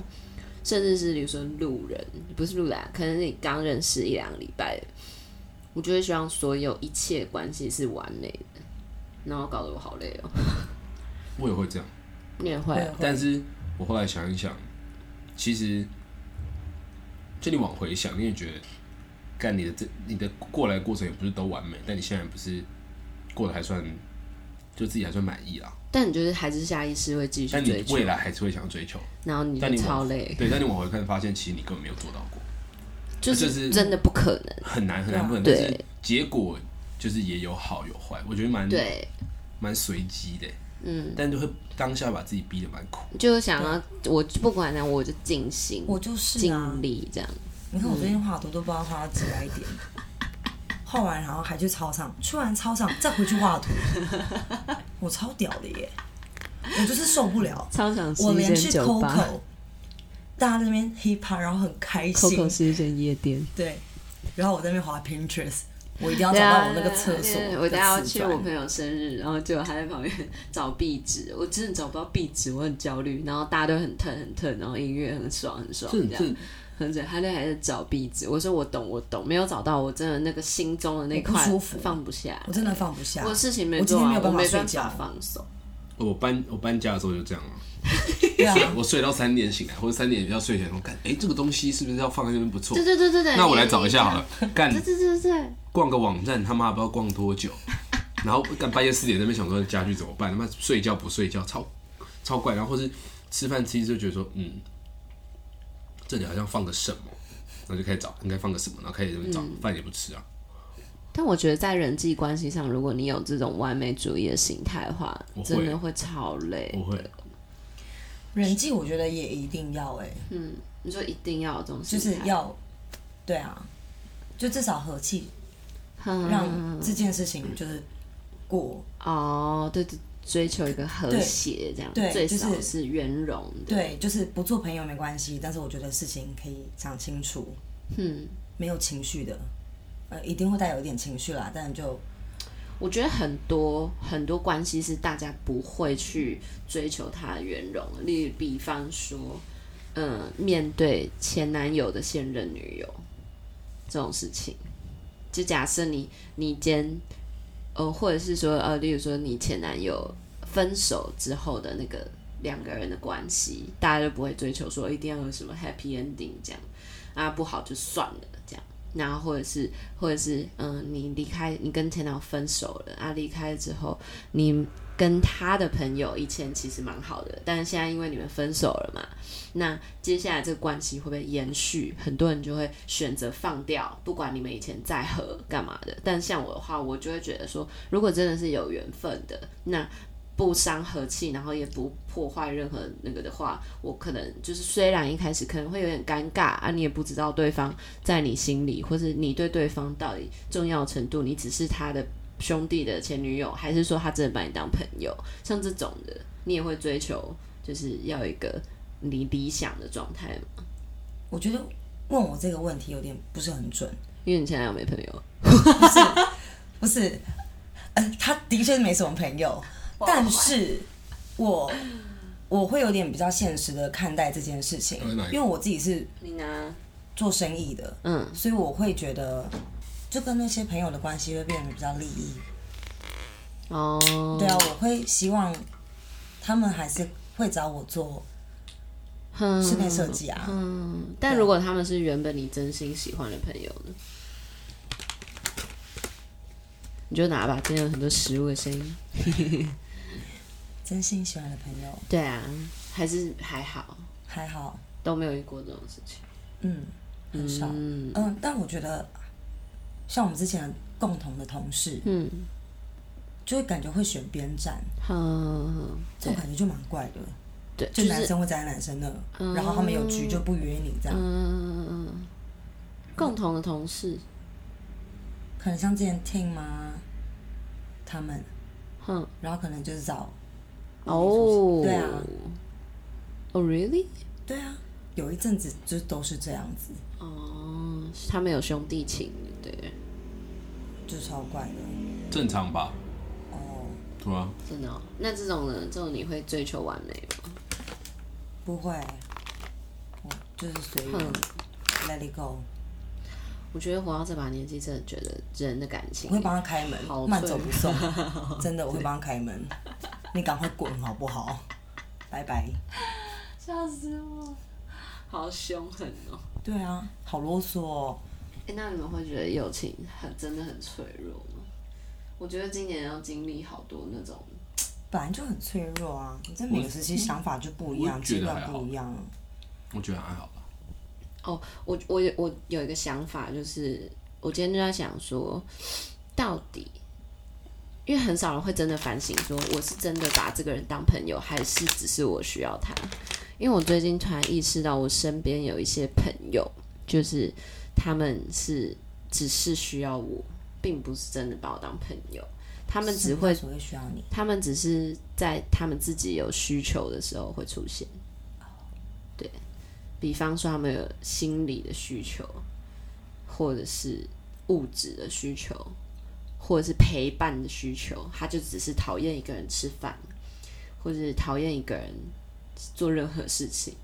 Speaker 2: 甚至是比如说路人，不是路人、啊，可能你刚认识一两个礼拜的，我就会希望所有一切关系是完美的，然后搞得我好累哦、
Speaker 3: 我也会这样，
Speaker 2: 你也会
Speaker 4: 对
Speaker 2: 啊，
Speaker 3: 但是我后来想一想，其实就你往回想，你也觉得，干你的这你的过来过程也不是都完美，但你现在不是过得还算，就自己还算满意啦。
Speaker 2: 但你就是还是下意识会继续
Speaker 3: 但
Speaker 2: 追
Speaker 3: 你
Speaker 2: 求
Speaker 3: 未，来还是会想要追求，
Speaker 2: 然后你
Speaker 3: 但
Speaker 2: 就
Speaker 3: 你
Speaker 2: 超
Speaker 3: 往
Speaker 2: 累，
Speaker 3: 对，但你往回看，发现其实你根本没有做到过，
Speaker 2: 就
Speaker 3: 就是嗯
Speaker 2: 是真的不可能。
Speaker 3: 很难很难不可能。但
Speaker 2: 对
Speaker 3: 是结果就是也有好有坏，我觉得蛮
Speaker 2: 对，
Speaker 3: 蛮随机的，
Speaker 2: 嗯，
Speaker 3: 但就会当下把自己逼得蛮苦。
Speaker 2: 就想要我不管呢，我就尽心，
Speaker 4: 我就是啊
Speaker 2: 尽。力这样。
Speaker 4: 你
Speaker 2: 嗯
Speaker 4: 看我最近画图都不知道画到几百点，画完然后还去操场，去完操场再回去画图，我超屌的耶！我就是受不了，
Speaker 2: 超想吃
Speaker 4: 我
Speaker 2: 一间
Speaker 4: 连去
Speaker 2: 酒吧，
Speaker 4: Coco，大家在那边 hip hop，然后很开 心。
Speaker 5: Coco 是一间夜店，
Speaker 4: 对，然后我在那边滑 Pinterest，我一定要啊找到我那个厕所。
Speaker 2: 啊我等下要去我朋友生日，然后结果他在旁边找壁纸，我真的找不到壁纸，我很焦虑。然后大家都很疼很疼，然后音乐很爽很爽这样。很准，他就还在找壁纸。我说我懂，我懂，没有找到，我真的那个心中的那块
Speaker 4: 不舒服
Speaker 2: 放不下，
Speaker 4: 我真的放不下。
Speaker 2: 我事情没
Speaker 4: 我今
Speaker 2: 做
Speaker 4: 天没
Speaker 2: 完，
Speaker 4: 有
Speaker 2: 我
Speaker 4: 办法
Speaker 2: 没
Speaker 4: 睡
Speaker 2: 办法
Speaker 4: 觉。
Speaker 2: 放手。
Speaker 3: 我搬我搬家的时候就这样啊，
Speaker 4: 对啊，
Speaker 3: 我睡到三点醒来，或者三点要睡前，我看，哎、这个东西是不是要放在那边不错
Speaker 2: 对？对对对对，
Speaker 3: 那我来找一下好了。干
Speaker 2: 对。，对对对对，
Speaker 3: 逛个网站，他妈不知道逛多久。然后干半夜四点那边想说家具怎么办？他妈睡觉不睡觉，超超怪。然后或是吃饭吃一吃就觉得说，嗯，这里好像放个什么，然后就开始找应该放个什么，然后开始这边找，
Speaker 2: 嗯
Speaker 3: 饭也不吃啊。
Speaker 2: 但我觉得在人际关系上，如果你有这种完美主义的心态的话
Speaker 3: 我，会
Speaker 2: 真的会超累。
Speaker 3: 我会，
Speaker 4: 人际我觉得也一定 要哎、
Speaker 2: 你说一定要有这种
Speaker 4: 就
Speaker 2: 心态，
Speaker 4: 是要，对啊，就至少和气，
Speaker 2: 嗯
Speaker 4: 让这件事情就是过。
Speaker 2: 哦，对对，追求一个和
Speaker 4: 对
Speaker 2: 谐这样，
Speaker 4: 对
Speaker 2: 最
Speaker 4: 就是
Speaker 2: 少是圆融的。
Speaker 4: 对，就是不做朋友没关系，但是我觉得事情可以讲清楚，
Speaker 2: 嗯，
Speaker 4: 没有情绪的，呃，一定会带有一点情绪啦，但就
Speaker 2: 我觉得很多很多关系是大家不会去追求它的圆融的，例如比方说，嗯、面对前男友的现任女友这种事情，就假设你你今天，呃，或者是说呃，例如说你前男友分手之后的那个两个人的关系，大家就不会追求说一定要有什么 happy ending 这样啊，不好就算了这样。然后或者是或者是嗯，你离开你跟前男友分手了啊，离开之后你跟他的朋友以前其实蛮好的，但是现在因为你们分手了嘛，那接下来这个关系会不会延续？很多人就会选择放掉，不管你们以前再合干嘛的。但像我的话，我就会觉得说，如果真的是有缘分的，那。不伤和气，然后也不破坏任何那个的话，我可能就是虽然一开始可能会有点尴尬啊，你也不知道对方在你心里，或者你对对方到底重要程度，你只是他的兄弟的前女友，还是说他真的把你当朋友？像这种的，你也会追求，就是要有一个你理想的状态嘛？
Speaker 4: 我觉得问我这个问题有点不是很准，
Speaker 2: 因为你现在有没朋友？
Speaker 4: 不是，呃，他的确是没什么朋友，但是我我会有点比较现实的看待这件事情
Speaker 3: 哎哪一，个
Speaker 4: 因为我自己是
Speaker 2: 你呢？
Speaker 4: 做生意的，
Speaker 2: 嗯，
Speaker 4: 所以我会觉得，就跟那些朋友的关系会变得比较利益。
Speaker 2: 哦，
Speaker 4: 对啊，我会希望他们还是会找我做
Speaker 2: 哼
Speaker 4: 室内设计啊。
Speaker 2: 嗯，但如果他们是原本你真心喜欢的朋友呢？你就拿吧，今天有很多食物的声音。
Speaker 4: 真心喜欢的朋友
Speaker 2: 对啊，还是还好，
Speaker 4: 还好，
Speaker 2: 都没有遇过这种事情。
Speaker 4: 嗯，很少，
Speaker 2: 嗯
Speaker 4: 嗯但我觉得像我们之前共同的同事，
Speaker 2: 嗯，
Speaker 4: 就会感觉会选边站，
Speaker 2: 哼，
Speaker 4: 这种感觉就蛮怪的。
Speaker 2: 嗯对，
Speaker 4: 就男
Speaker 2: 是
Speaker 4: 生会站在男生那，然后他们有局就不约你这样，
Speaker 2: 嗯，共同的同事，
Speaker 4: 可能像之前听吗？他们，
Speaker 2: 哼，
Speaker 4: 然后可能就是找，
Speaker 2: 哦，
Speaker 4: 对啊，
Speaker 2: 哦，really？
Speaker 4: 对啊，有一阵子就都是这样子，
Speaker 2: 哦，他们有兄弟情，对，
Speaker 4: 就超怪的。
Speaker 3: 正常吧？
Speaker 4: 哦，
Speaker 3: 对啊，
Speaker 2: 真的、哦。那这种呢？这种你会追求完美吗？
Speaker 4: 不会，我就是随缘、
Speaker 2: 嗯
Speaker 4: l e t it go。
Speaker 2: 我觉得活到这把年纪，真的觉得人的感情
Speaker 4: 我会帮他开门
Speaker 2: 好，
Speaker 4: 慢走不送
Speaker 2: 脆，
Speaker 4: 真的，我会帮他开 门。你赶快滚好不好？拜拜。
Speaker 2: 笑死我，好凶狠哦。
Speaker 4: 对啊，好啰嗦哦。
Speaker 2: 哎、那你们会觉得友情很真的很脆弱吗？我觉得今年要经历好多那种
Speaker 4: 本来就很脆弱啊，你在每个时期想法就不一样，
Speaker 3: 我觉
Speaker 4: 阶
Speaker 3: 得
Speaker 4: 段不一样。
Speaker 3: 我觉得还好吧。
Speaker 2: 哦，我我有我有一个想法，就是我今天就在想说，到底，因为很少人会真的反省说，我是真的把这个人当朋友，还是只是我需要他？因为我最近突然意识到，我身边有一些朋友，就是他们是只是需要我，并不是真的把我当朋友，他们只会，
Speaker 4: 所谓需要你，
Speaker 2: 他们只是在他们自己有需求的时候会出现。比方说他们有心理的需求，或者是物质的需求，或者是陪伴的需求，他就只是讨厌一个人吃饭，或者是讨厌一个人做任何事情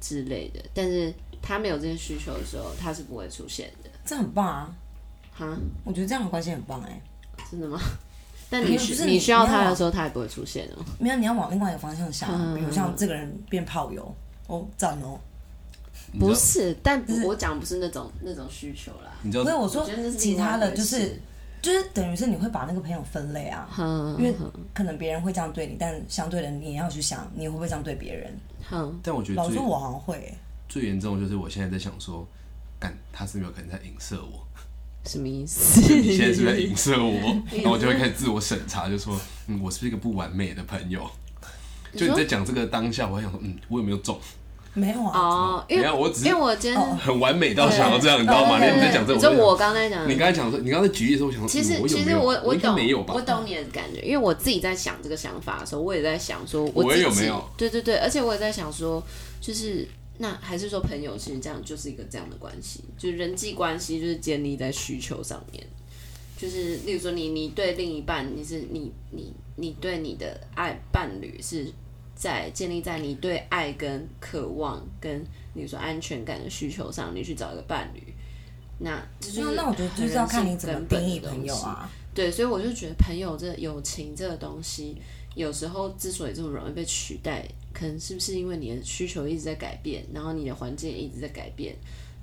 Speaker 2: 之类的。但是他没有这些需求的时候，他是不会出现的。
Speaker 4: 这很棒啊！
Speaker 2: 哈，
Speaker 4: 我觉得这样的关系很棒哎、
Speaker 2: 真的吗？但
Speaker 4: 没
Speaker 2: 你
Speaker 4: 有不
Speaker 2: 需
Speaker 4: 是
Speaker 2: 你
Speaker 4: 你
Speaker 2: 需要
Speaker 4: 你要
Speaker 2: 他
Speaker 4: 啊
Speaker 2: 的时候，他也不会出现哦。
Speaker 4: 没有，你要往另外一个方向想，啊
Speaker 2: 嗯
Speaker 4: 比如像这个人变炮友，哦，赞哦。
Speaker 3: 你知道
Speaker 2: 不是，但不我讲不是那种那种需求啦。
Speaker 3: 你知道
Speaker 4: 所以我
Speaker 2: 我
Speaker 4: 说
Speaker 2: 觉得那是
Speaker 4: 其
Speaker 2: 另外
Speaker 4: 他
Speaker 2: 一
Speaker 4: 的
Speaker 2: 回
Speaker 4: 就是
Speaker 2: 事
Speaker 4: 就是等于是你会把那个朋友分类啊，
Speaker 2: 哼
Speaker 4: 因为
Speaker 2: 哼
Speaker 4: 可能别人会这样对你，但相对的你也要去想你会不会这样对别人。
Speaker 2: 哼，
Speaker 3: 但我觉得
Speaker 4: 老实
Speaker 3: 最
Speaker 4: 说，我好像会欸、
Speaker 3: 最严重的就是我现在在想说，干他是没有可能在影射 我，
Speaker 2: 什么意思？
Speaker 3: 你现在是不是在影射我？然后我就会开始自我审查，就说，嗯，我是不是一个不完美的朋友？
Speaker 2: 你
Speaker 3: 就你
Speaker 2: 说
Speaker 3: 在讲这个当下，我还想说，嗯，我有没有中？
Speaker 4: 没有啊，
Speaker 2: 哦，因为
Speaker 3: 没有我只是
Speaker 2: 因为我今天
Speaker 4: 哦
Speaker 3: 很完美到想要这样，你知道吗？
Speaker 4: 对
Speaker 3: 你你
Speaker 4: 对对
Speaker 3: 在讲这
Speaker 2: 你
Speaker 3: 个，
Speaker 2: 说
Speaker 3: 就想
Speaker 2: 我刚才讲
Speaker 3: 你
Speaker 2: 的。
Speaker 3: 刚才讲说，你刚才举例的时候，我想说，
Speaker 2: 其实
Speaker 3: 嗯，我有
Speaker 2: 其
Speaker 3: 没
Speaker 2: 实
Speaker 3: 有
Speaker 2: 我
Speaker 3: 我应该
Speaker 2: 懂
Speaker 3: 没有吧？
Speaker 2: 我懂你的感觉，因为我自己在想这个想法的时候，我也在想说我
Speaker 3: 我
Speaker 2: 自己
Speaker 3: 也有没有
Speaker 2: 对对对，而且我也在想说，就是那还是说朋友其实这样就是一个这样的关系，就是人际关系就是建立在需求上面，就是例如说你你对另一半你是你你你对你的爱伴侣是在建立在你对爱跟渴望跟比如说安全感的需求上，你去找一个伴侣。那这就
Speaker 4: 那
Speaker 2: 是
Speaker 4: 那我觉得就是要看你怎么
Speaker 2: 很根
Speaker 4: 定
Speaker 2: 本
Speaker 4: 义
Speaker 2: 的
Speaker 4: 朋友
Speaker 2: 东西
Speaker 4: 啊。
Speaker 2: 对，所以我就觉得朋友这友情这个东西，有时候之所以这么容易被取代，可能是不是因为你的需求一直在改变，然后你的环境也一直在改变，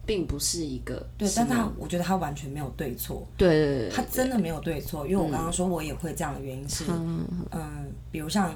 Speaker 2: 并不是一个
Speaker 4: 对，
Speaker 2: 什
Speaker 4: 但他
Speaker 2: 么
Speaker 4: 我觉得他完全没有对错，
Speaker 2: 对对啊对对，
Speaker 4: 他真的没有对错，因为我刚刚说我也会这样的原因是，嗯比如像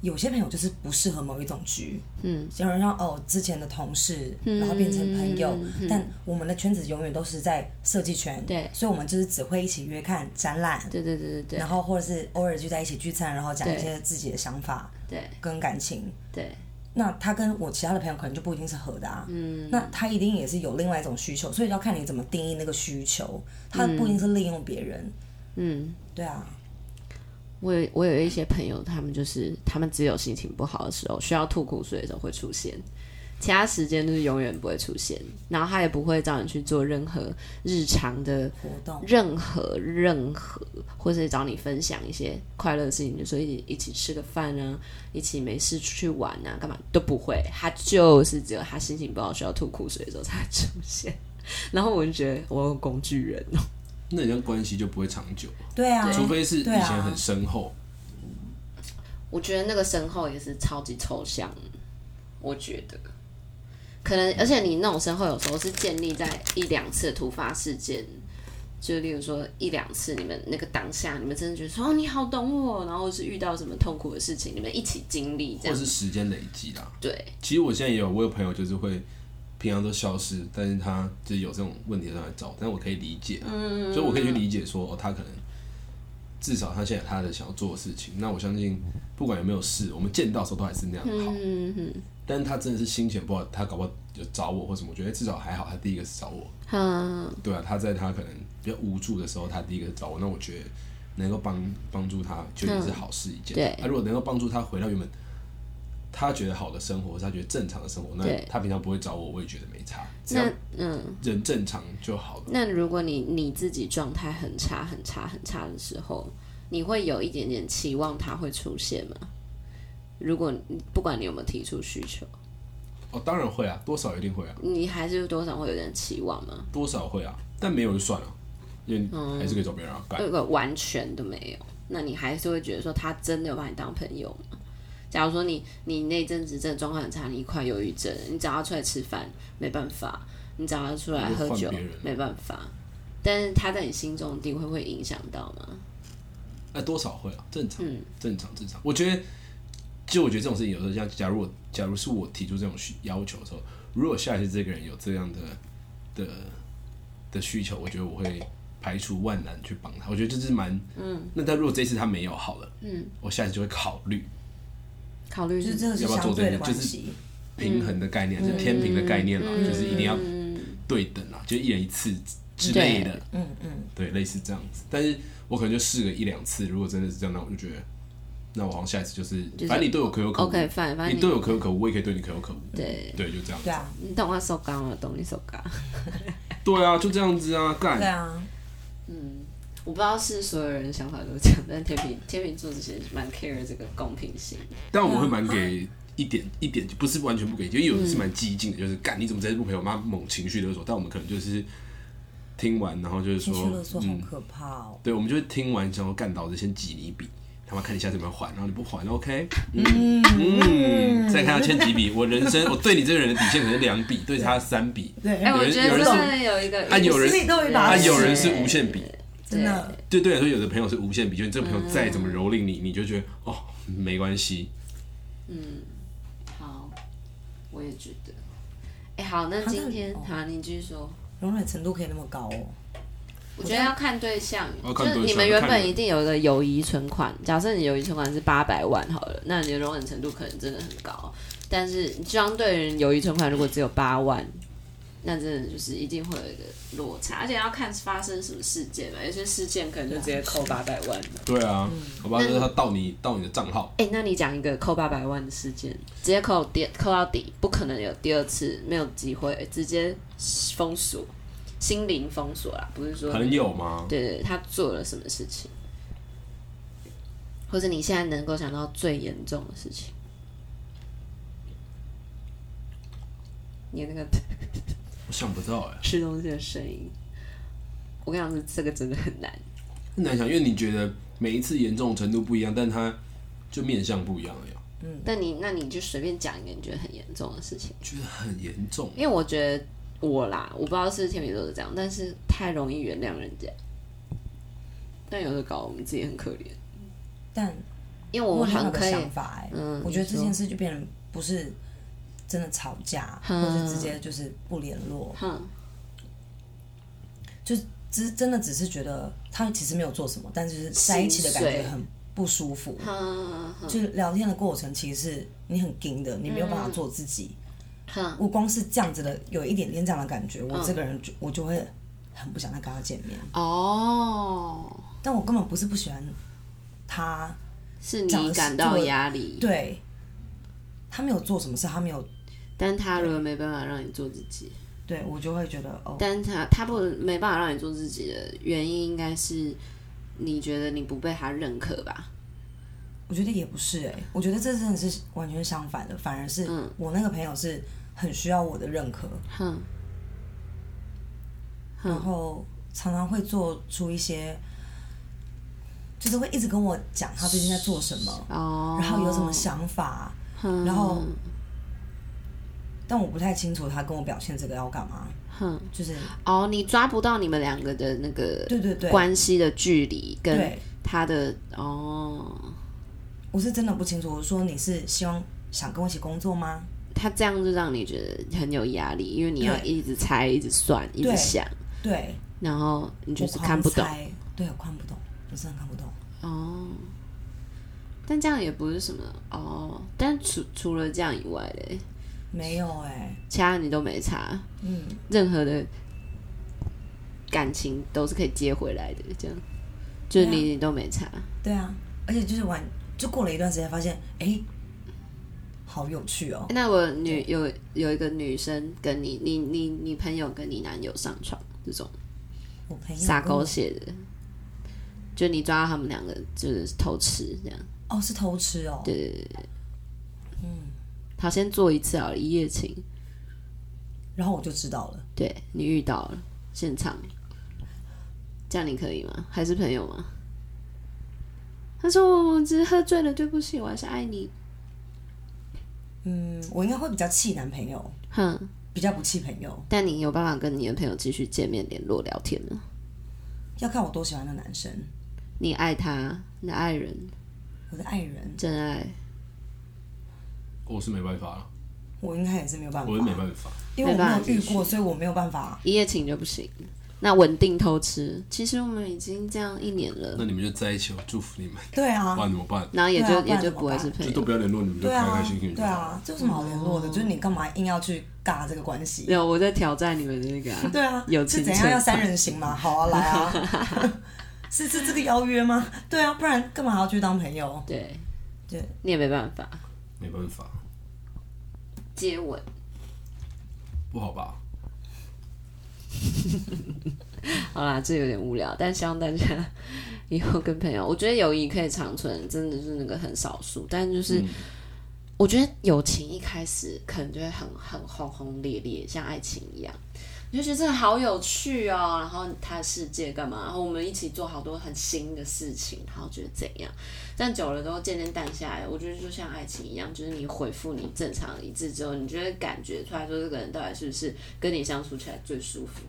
Speaker 4: 有些朋友就是不适合某一种局，
Speaker 2: 嗯，
Speaker 4: 有人像哦之前的同事，然后变成朋友，
Speaker 2: 嗯
Speaker 4: 但我们的圈子永远都是在设计圈，
Speaker 2: 对
Speaker 4: 所以我们就是只会一起约看展览，
Speaker 2: 对对对对对
Speaker 4: 然后或者是偶尔聚在一起聚餐，然后讲一
Speaker 2: 对
Speaker 4: 些自己的想法
Speaker 2: 对
Speaker 4: 跟感情。
Speaker 2: 对，
Speaker 4: 那他跟我其他的朋友可能就不一定是合的啊，嗯，那他一定也是有另外一种需求，所以要看你怎么定义那个需求，他不一定是利用别人，
Speaker 2: 嗯。
Speaker 4: 对啊，
Speaker 2: 我有我有一些朋友，他们就是他们只有心情不好的时候，需要吐苦水的时候会出现，其他时间就是永远不会出现。然后他也不会找你去做任何日常的
Speaker 4: 活动
Speaker 2: 任何任何，或是找你分享一些快乐的事情，就说一起一起吃个饭啊，一起没事出去玩啊，干嘛都不会。他就是只有他心情不好需要吐苦水的时候才会出现。 然后我就觉得我有工具人哦，
Speaker 3: 那人家关系就不会长久，
Speaker 4: 对啊，
Speaker 3: 除非是以
Speaker 4: 对啊
Speaker 3: 前很深厚。
Speaker 2: 我觉得那个身后也是超级抽象，我觉得。可能，而且你那种身后有时候是建立在一两次的突发事件，就例如说一两次你们那个当下，你们真的觉得说哦你好懂我，然后是遇到什么痛苦的事情，你们一起经历这
Speaker 3: 或
Speaker 2: 样
Speaker 3: 是，时间累积啦。
Speaker 2: 对，
Speaker 3: 其实我现在也有，我有朋友就是会平常都消失，但是他就是有这种问题上来找我，但我可以理解、啊，
Speaker 2: 嗯
Speaker 3: 所以我可以去理解说，哦，他可能至少他现在有他的想要做的事情，那我相信不管有没有事，我们见到的时候都还是那样好。
Speaker 2: 嗯哼
Speaker 3: 但是他真的是心情不好，他搞不好就找我或什么，我觉得至少还好，他第一个是找我，
Speaker 2: 嗯，
Speaker 3: 对啊，他在他可能比较无助的时候，他第一个找我，那我觉得能够帮帮助他，就也是好事一
Speaker 2: 嗯
Speaker 3: 件。
Speaker 2: 对
Speaker 3: 那、如果能够帮助他回到原本他觉得好的生活，他觉得正常的生活，那
Speaker 2: 对
Speaker 3: 他平常不会找我，我也觉得没差，只要
Speaker 2: 那嗯，
Speaker 3: 人正常就好了。
Speaker 2: 那如果你你自己状态很差、很差、很差的时候，你会有一点点期望它会出现吗？如果你不管你有没有提出需求。
Speaker 3: 哦，当然会啊，多少一定会啊，
Speaker 2: 你还是多少会有点期望吗？
Speaker 3: 多少会啊，但没有就算了，因为
Speaker 2: 嗯
Speaker 3: 还是可以找别人啊。干、
Speaker 2: 如果完全都没有，那你还是会觉得说他真的有把你当朋友吗？假如说你你那阵子真的状况很差，你快忧郁症了，你找他出来吃饭没办法，你找他出来喝
Speaker 3: 换
Speaker 2: 酒
Speaker 3: 别人
Speaker 2: 没办法，但是他在你心中的地位会影响到吗？
Speaker 3: 那多少会啊，正常，正常，正常。我觉得，就我觉得这种事情，有时候像，假如我，假如是我提出这种需要求的时候，如果下一次这个人有这样的的的需求，我觉得我会排除万难去帮他。我觉得这是蛮，嗯。那但如果这次他没有好了，嗯，我下次就会考虑
Speaker 2: 考虑
Speaker 4: 就是
Speaker 2: 是
Speaker 4: 这个是
Speaker 3: 要不要做
Speaker 4: 相
Speaker 3: 这
Speaker 4: 对的
Speaker 3: 件
Speaker 4: 关
Speaker 3: 就是
Speaker 4: 系，
Speaker 3: 平衡的概念，是天平的概念啦，就是一定要对等啦，就一人一次之类的，
Speaker 4: 嗯嗯，
Speaker 3: 对，类似这样子。但是我可能就试个一两次，如果真的是这样，那我就觉得那我好像下一次就是，
Speaker 2: 是
Speaker 3: 反正你对我可有可无
Speaker 2: OK，fine，反正哦
Speaker 3: 你
Speaker 2: 你
Speaker 3: 对我可有可无，我也可以对你可有可无，
Speaker 2: 对
Speaker 3: 对，就这样子
Speaker 4: 对，啊，
Speaker 2: 你懂我手感，我懂你手感。
Speaker 3: 对啊，就这样子啊，
Speaker 4: 对
Speaker 3: 干，
Speaker 4: 啊，
Speaker 2: 嗯，我不知道是所有人的想法都这样，但天秤天秤座其实蛮 care 这个公平性。
Speaker 3: 但我会蛮给。一点一点不是完全不给，就有的是蛮激进的，就是干你怎么在这不陪我妈猛情绪勒索？但我们可能就是听完，然后就是
Speaker 4: 情
Speaker 3: 说
Speaker 4: 绪勒索好
Speaker 3: 嗯
Speaker 4: 可怕哦。
Speaker 3: 对，我们就会听完想要干倒子先挤你一笔，他妈看你下次有没有还，然后你不还，OK，嗯嗯，再看他欠几笔，我人生我对你这个人的底线可能两笔，对他三笔，
Speaker 4: 对，
Speaker 2: 哎、我
Speaker 3: 人
Speaker 2: 觉得
Speaker 3: 有人
Speaker 2: 真
Speaker 3: 是
Speaker 2: 的有一个
Speaker 3: 啊有人
Speaker 4: 心里都有一把
Speaker 3: 啊
Speaker 4: 尺
Speaker 3: 有人是无限笔，
Speaker 4: 真的，
Speaker 3: 对对来说有的朋友是无限笔，就你这个朋友再怎么蹂躏你，你就觉得哦没关系，
Speaker 2: 嗯好，我也觉得。哎、好，那
Speaker 4: 好
Speaker 2: 今
Speaker 4: 那
Speaker 2: 天
Speaker 4: 哦
Speaker 2: 好，你继续说。
Speaker 4: 容忍程度可以那么高哦。
Speaker 2: 我觉得要看对象，
Speaker 3: 要
Speaker 2: 就
Speaker 3: 哦看对
Speaker 2: 是
Speaker 3: 象
Speaker 2: 你们原
Speaker 3: 看
Speaker 2: 本
Speaker 3: 人
Speaker 2: 一定有一个友谊存款。假设你友谊存款是八百万好了，那你的容忍程度可能真的很高。但是相对于友谊存款如果只有八万，那真的就是一定会有一个落差，而且要看发生什么事件嘛。有些事件可能就直接扣八百万的。
Speaker 3: 对啊，好吧，就是他盗你盗你的账号，
Speaker 2: 哎、那你讲一个扣八百万的事件，直接扣第扣到底，不可能有第二次，没有机会，直接封锁，心灵封锁啦，不是说
Speaker 3: 朋友吗？
Speaker 2: 对对，他做了什么事情，或者你现在能够想到最严重的事情，你那个
Speaker 3: 我想不到哎，
Speaker 2: 吃东西的声音，我跟你讲，是这个真的很难。
Speaker 3: 很难想，因为你觉得每一次严重程度不一样，但他就面相不一样而已啊，
Speaker 2: 但你那你就随便讲一个你觉得很严重的事情，
Speaker 3: 觉得很严重，
Speaker 2: 因为我觉得我啦，我不知道是不是天秤座是这样，但是太容易原谅人家，但有时候搞得我们自己很可怜，
Speaker 4: 但
Speaker 2: 因为我
Speaker 4: 我
Speaker 2: 很
Speaker 4: 很
Speaker 2: 可
Speaker 4: 的
Speaker 2: 以。
Speaker 4: 想法哎，
Speaker 2: 嗯
Speaker 4: 我觉得
Speaker 2: 你
Speaker 4: 这
Speaker 2: 说
Speaker 4: 件事就变成不是真的吵架，或
Speaker 2: 嗯
Speaker 4: 者直接就是不联络，
Speaker 2: 哼，
Speaker 4: 就只真的只是觉得他其实没有做什么，但是在一起的感
Speaker 2: 心
Speaker 4: 觉
Speaker 2: 碎嗯
Speaker 4: 很不舒服。
Speaker 2: 哼哼
Speaker 4: 就是聊天的过程，其实是你很硬的，你没有办法
Speaker 2: 嗯
Speaker 4: 做自己。
Speaker 2: 哼，
Speaker 4: 我光是这样子的，有一点点这样的感觉，
Speaker 2: 嗯
Speaker 4: 我这个人就我就会很不想再跟他见面。
Speaker 2: 哦，
Speaker 4: 但我根本不是不喜欢他，
Speaker 2: 是你感到压力，
Speaker 4: 对他没有做什么事，他没有
Speaker 2: 但他如果没办法让你做自己，
Speaker 4: 对我就会觉得哦，
Speaker 2: 但他他不没办法让你做自己的原因，应该是你觉得你不被他认可吧？
Speaker 4: 我觉得也不是哎、我觉得这真的是完全相反的，反而是
Speaker 2: 嗯
Speaker 4: 我那个朋友是很需要我的认可，
Speaker 2: 哼，
Speaker 4: 然后常常会做出一些，就是会一直跟我讲他最近在做什么，
Speaker 2: 哦，
Speaker 4: 然后有什么，想法，
Speaker 2: 哼
Speaker 4: 然后但我不太清楚他跟我表现这个要干嘛，
Speaker 2: 哼，
Speaker 4: 就是
Speaker 2: 哦，你抓不到你们两个的那个
Speaker 4: 对对对，
Speaker 2: 关系的距离呃跟
Speaker 4: 对，
Speaker 2: 他的哦，
Speaker 4: 我是真的不清楚。我说你是希望想跟我一起工作吗？
Speaker 2: 他这样就让你觉得很有压力，因为你要
Speaker 4: 对
Speaker 2: 一直猜、一直算、一直
Speaker 4: 对
Speaker 2: 想，
Speaker 4: 对，
Speaker 2: 然后你就
Speaker 4: 我
Speaker 2: 是
Speaker 4: 狂
Speaker 2: 看不懂。
Speaker 4: 猜，对我看不懂，我真的看不懂。
Speaker 2: 哦，但这样也不是什么哦。但除除了这样以外嘞，
Speaker 4: 没有哎、
Speaker 2: 其他你都没查，
Speaker 4: 嗯，
Speaker 2: 任何的感情都是可以接回来的。这样，就
Speaker 4: 对啊
Speaker 2: 你你都没查，
Speaker 4: 对啊，而且就是玩，就过了一段时间发现，哎、好有趣哦。
Speaker 2: 那我女有有一个女生跟你，你你你朋友跟你男友上床这种
Speaker 4: 我朋友
Speaker 2: 撒
Speaker 4: 跟我
Speaker 2: 狗血的，就你抓到他们两个就是偷吃这样。
Speaker 4: 哦，是偷吃哦。
Speaker 2: 对对对对，嗯，好，先做一次好了，一夜情。
Speaker 4: 然后我就知道了，
Speaker 2: 对你遇到了现场，这样你可以吗？还是朋友吗？他说我只是喝醉了，对不起，我还是爱你。
Speaker 4: 嗯，我应该会比较气男朋友，
Speaker 2: 哼，
Speaker 4: 比较不气朋友，
Speaker 2: 但你有办法跟你的朋友继续见面联络聊天吗？
Speaker 4: 要看我多喜欢那男生，
Speaker 2: 你爱他，你的爱人，
Speaker 4: 我的爱人，
Speaker 2: 真爱，
Speaker 3: 哦我是没办法了，
Speaker 4: 我应该也是没有办法，
Speaker 3: 我是没办法。
Speaker 4: 因为我
Speaker 2: 没办法
Speaker 4: 没有遇
Speaker 2: 继续
Speaker 4: 过，所以我没有办法。
Speaker 2: 一夜情就不行。那稳定偷吃，其实我们已经这样一年了
Speaker 3: 那，你们就在一起，我祝福你们，
Speaker 4: 对啊
Speaker 3: 不，然怎么办？
Speaker 2: 然后也就、
Speaker 4: 对啊不
Speaker 2: 也
Speaker 4: 然
Speaker 2: 就
Speaker 4: 怎么
Speaker 2: 不会
Speaker 4: 办
Speaker 2: 是朋
Speaker 3: 就都
Speaker 2: 友。
Speaker 3: 不要联络，你们就
Speaker 4: 对
Speaker 3: 开
Speaker 4: 啊
Speaker 3: 开心心，就
Speaker 4: 对
Speaker 3: 好。
Speaker 4: 啊，这有什么好联络的？
Speaker 2: 嗯
Speaker 4: 就是你干嘛硬要去尬这个关系？
Speaker 2: 没有，我在挑战你们的那个、啊。
Speaker 4: 对啊，
Speaker 2: 友
Speaker 4: 是
Speaker 2: 情
Speaker 4: 怎样
Speaker 2: 存
Speaker 4: 要
Speaker 2: 款
Speaker 4: 三人行吗？好啊，来 啊，是是这个邀约吗？对啊，不然干嘛还要去当朋友？
Speaker 2: 对，
Speaker 4: 对，
Speaker 2: 你也没办法
Speaker 3: 没办法，
Speaker 2: 接吻。
Speaker 3: 不好吧？
Speaker 2: 好啦，这有点无聊，但希望大家以后跟朋友，我觉得友谊可以长存，真的是那个很少数。但就是，我觉得友情一开始可能就会很很轰轰烈烈，像爱情一样，你就觉得这个好有趣哦。然后他的世界干嘛？然后我们一起做好多很新的事情，然后觉得怎样？但久了之后渐渐淡下来，我觉得就像爱情一样，就是你回复你正常的一致之后，你就会感觉出来，说这个人到底是不是跟你相处起来最舒服。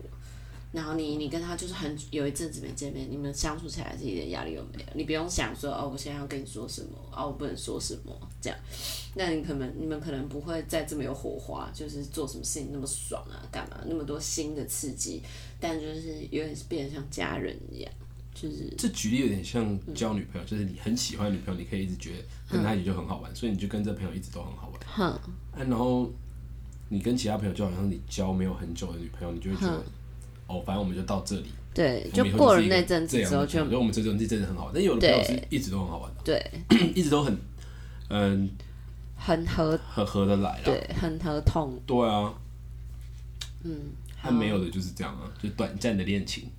Speaker 2: 然后你你跟他就是很有一阵子没见面，你们相处起来自己的压力有没有？你不用想说哦，我现在要跟你说什么，哦，我不能说什么这样。那你可能你们可能不会再这么有火花，就是做什么事情那么爽啊，干嘛那么多新的刺激，但就是有点变得像家人一样，就是
Speaker 3: 这举例有点像交女朋友，就是你很喜欢的女朋友，你可以一直觉
Speaker 2: 嗯
Speaker 3: 得跟她一起就很好玩，所以你就跟这朋友一直都很好玩。
Speaker 2: 哼，
Speaker 3: 啊，然后你跟其他朋友就好像你交没有很久的女朋友，你就会觉得，哦，反正我们就到这里，
Speaker 2: 对，
Speaker 3: 我
Speaker 2: 嗯就
Speaker 3: 们以后
Speaker 2: 过了
Speaker 3: 是一个
Speaker 2: 那阵子
Speaker 3: 这样
Speaker 2: 之
Speaker 3: 的
Speaker 2: 后
Speaker 3: 朋友
Speaker 2: 就
Speaker 3: 所以我们这阵子真的很好玩，但有的朋友
Speaker 2: 对
Speaker 3: 是一直都很好玩的，
Speaker 2: 对，
Speaker 3: 一直都很，嗯，
Speaker 2: 很合，
Speaker 3: 合合得来啦。
Speaker 2: 对，很合痛，
Speaker 3: 对啊，
Speaker 2: 嗯，
Speaker 3: 他没有的就是这样啊，就短暂的恋情，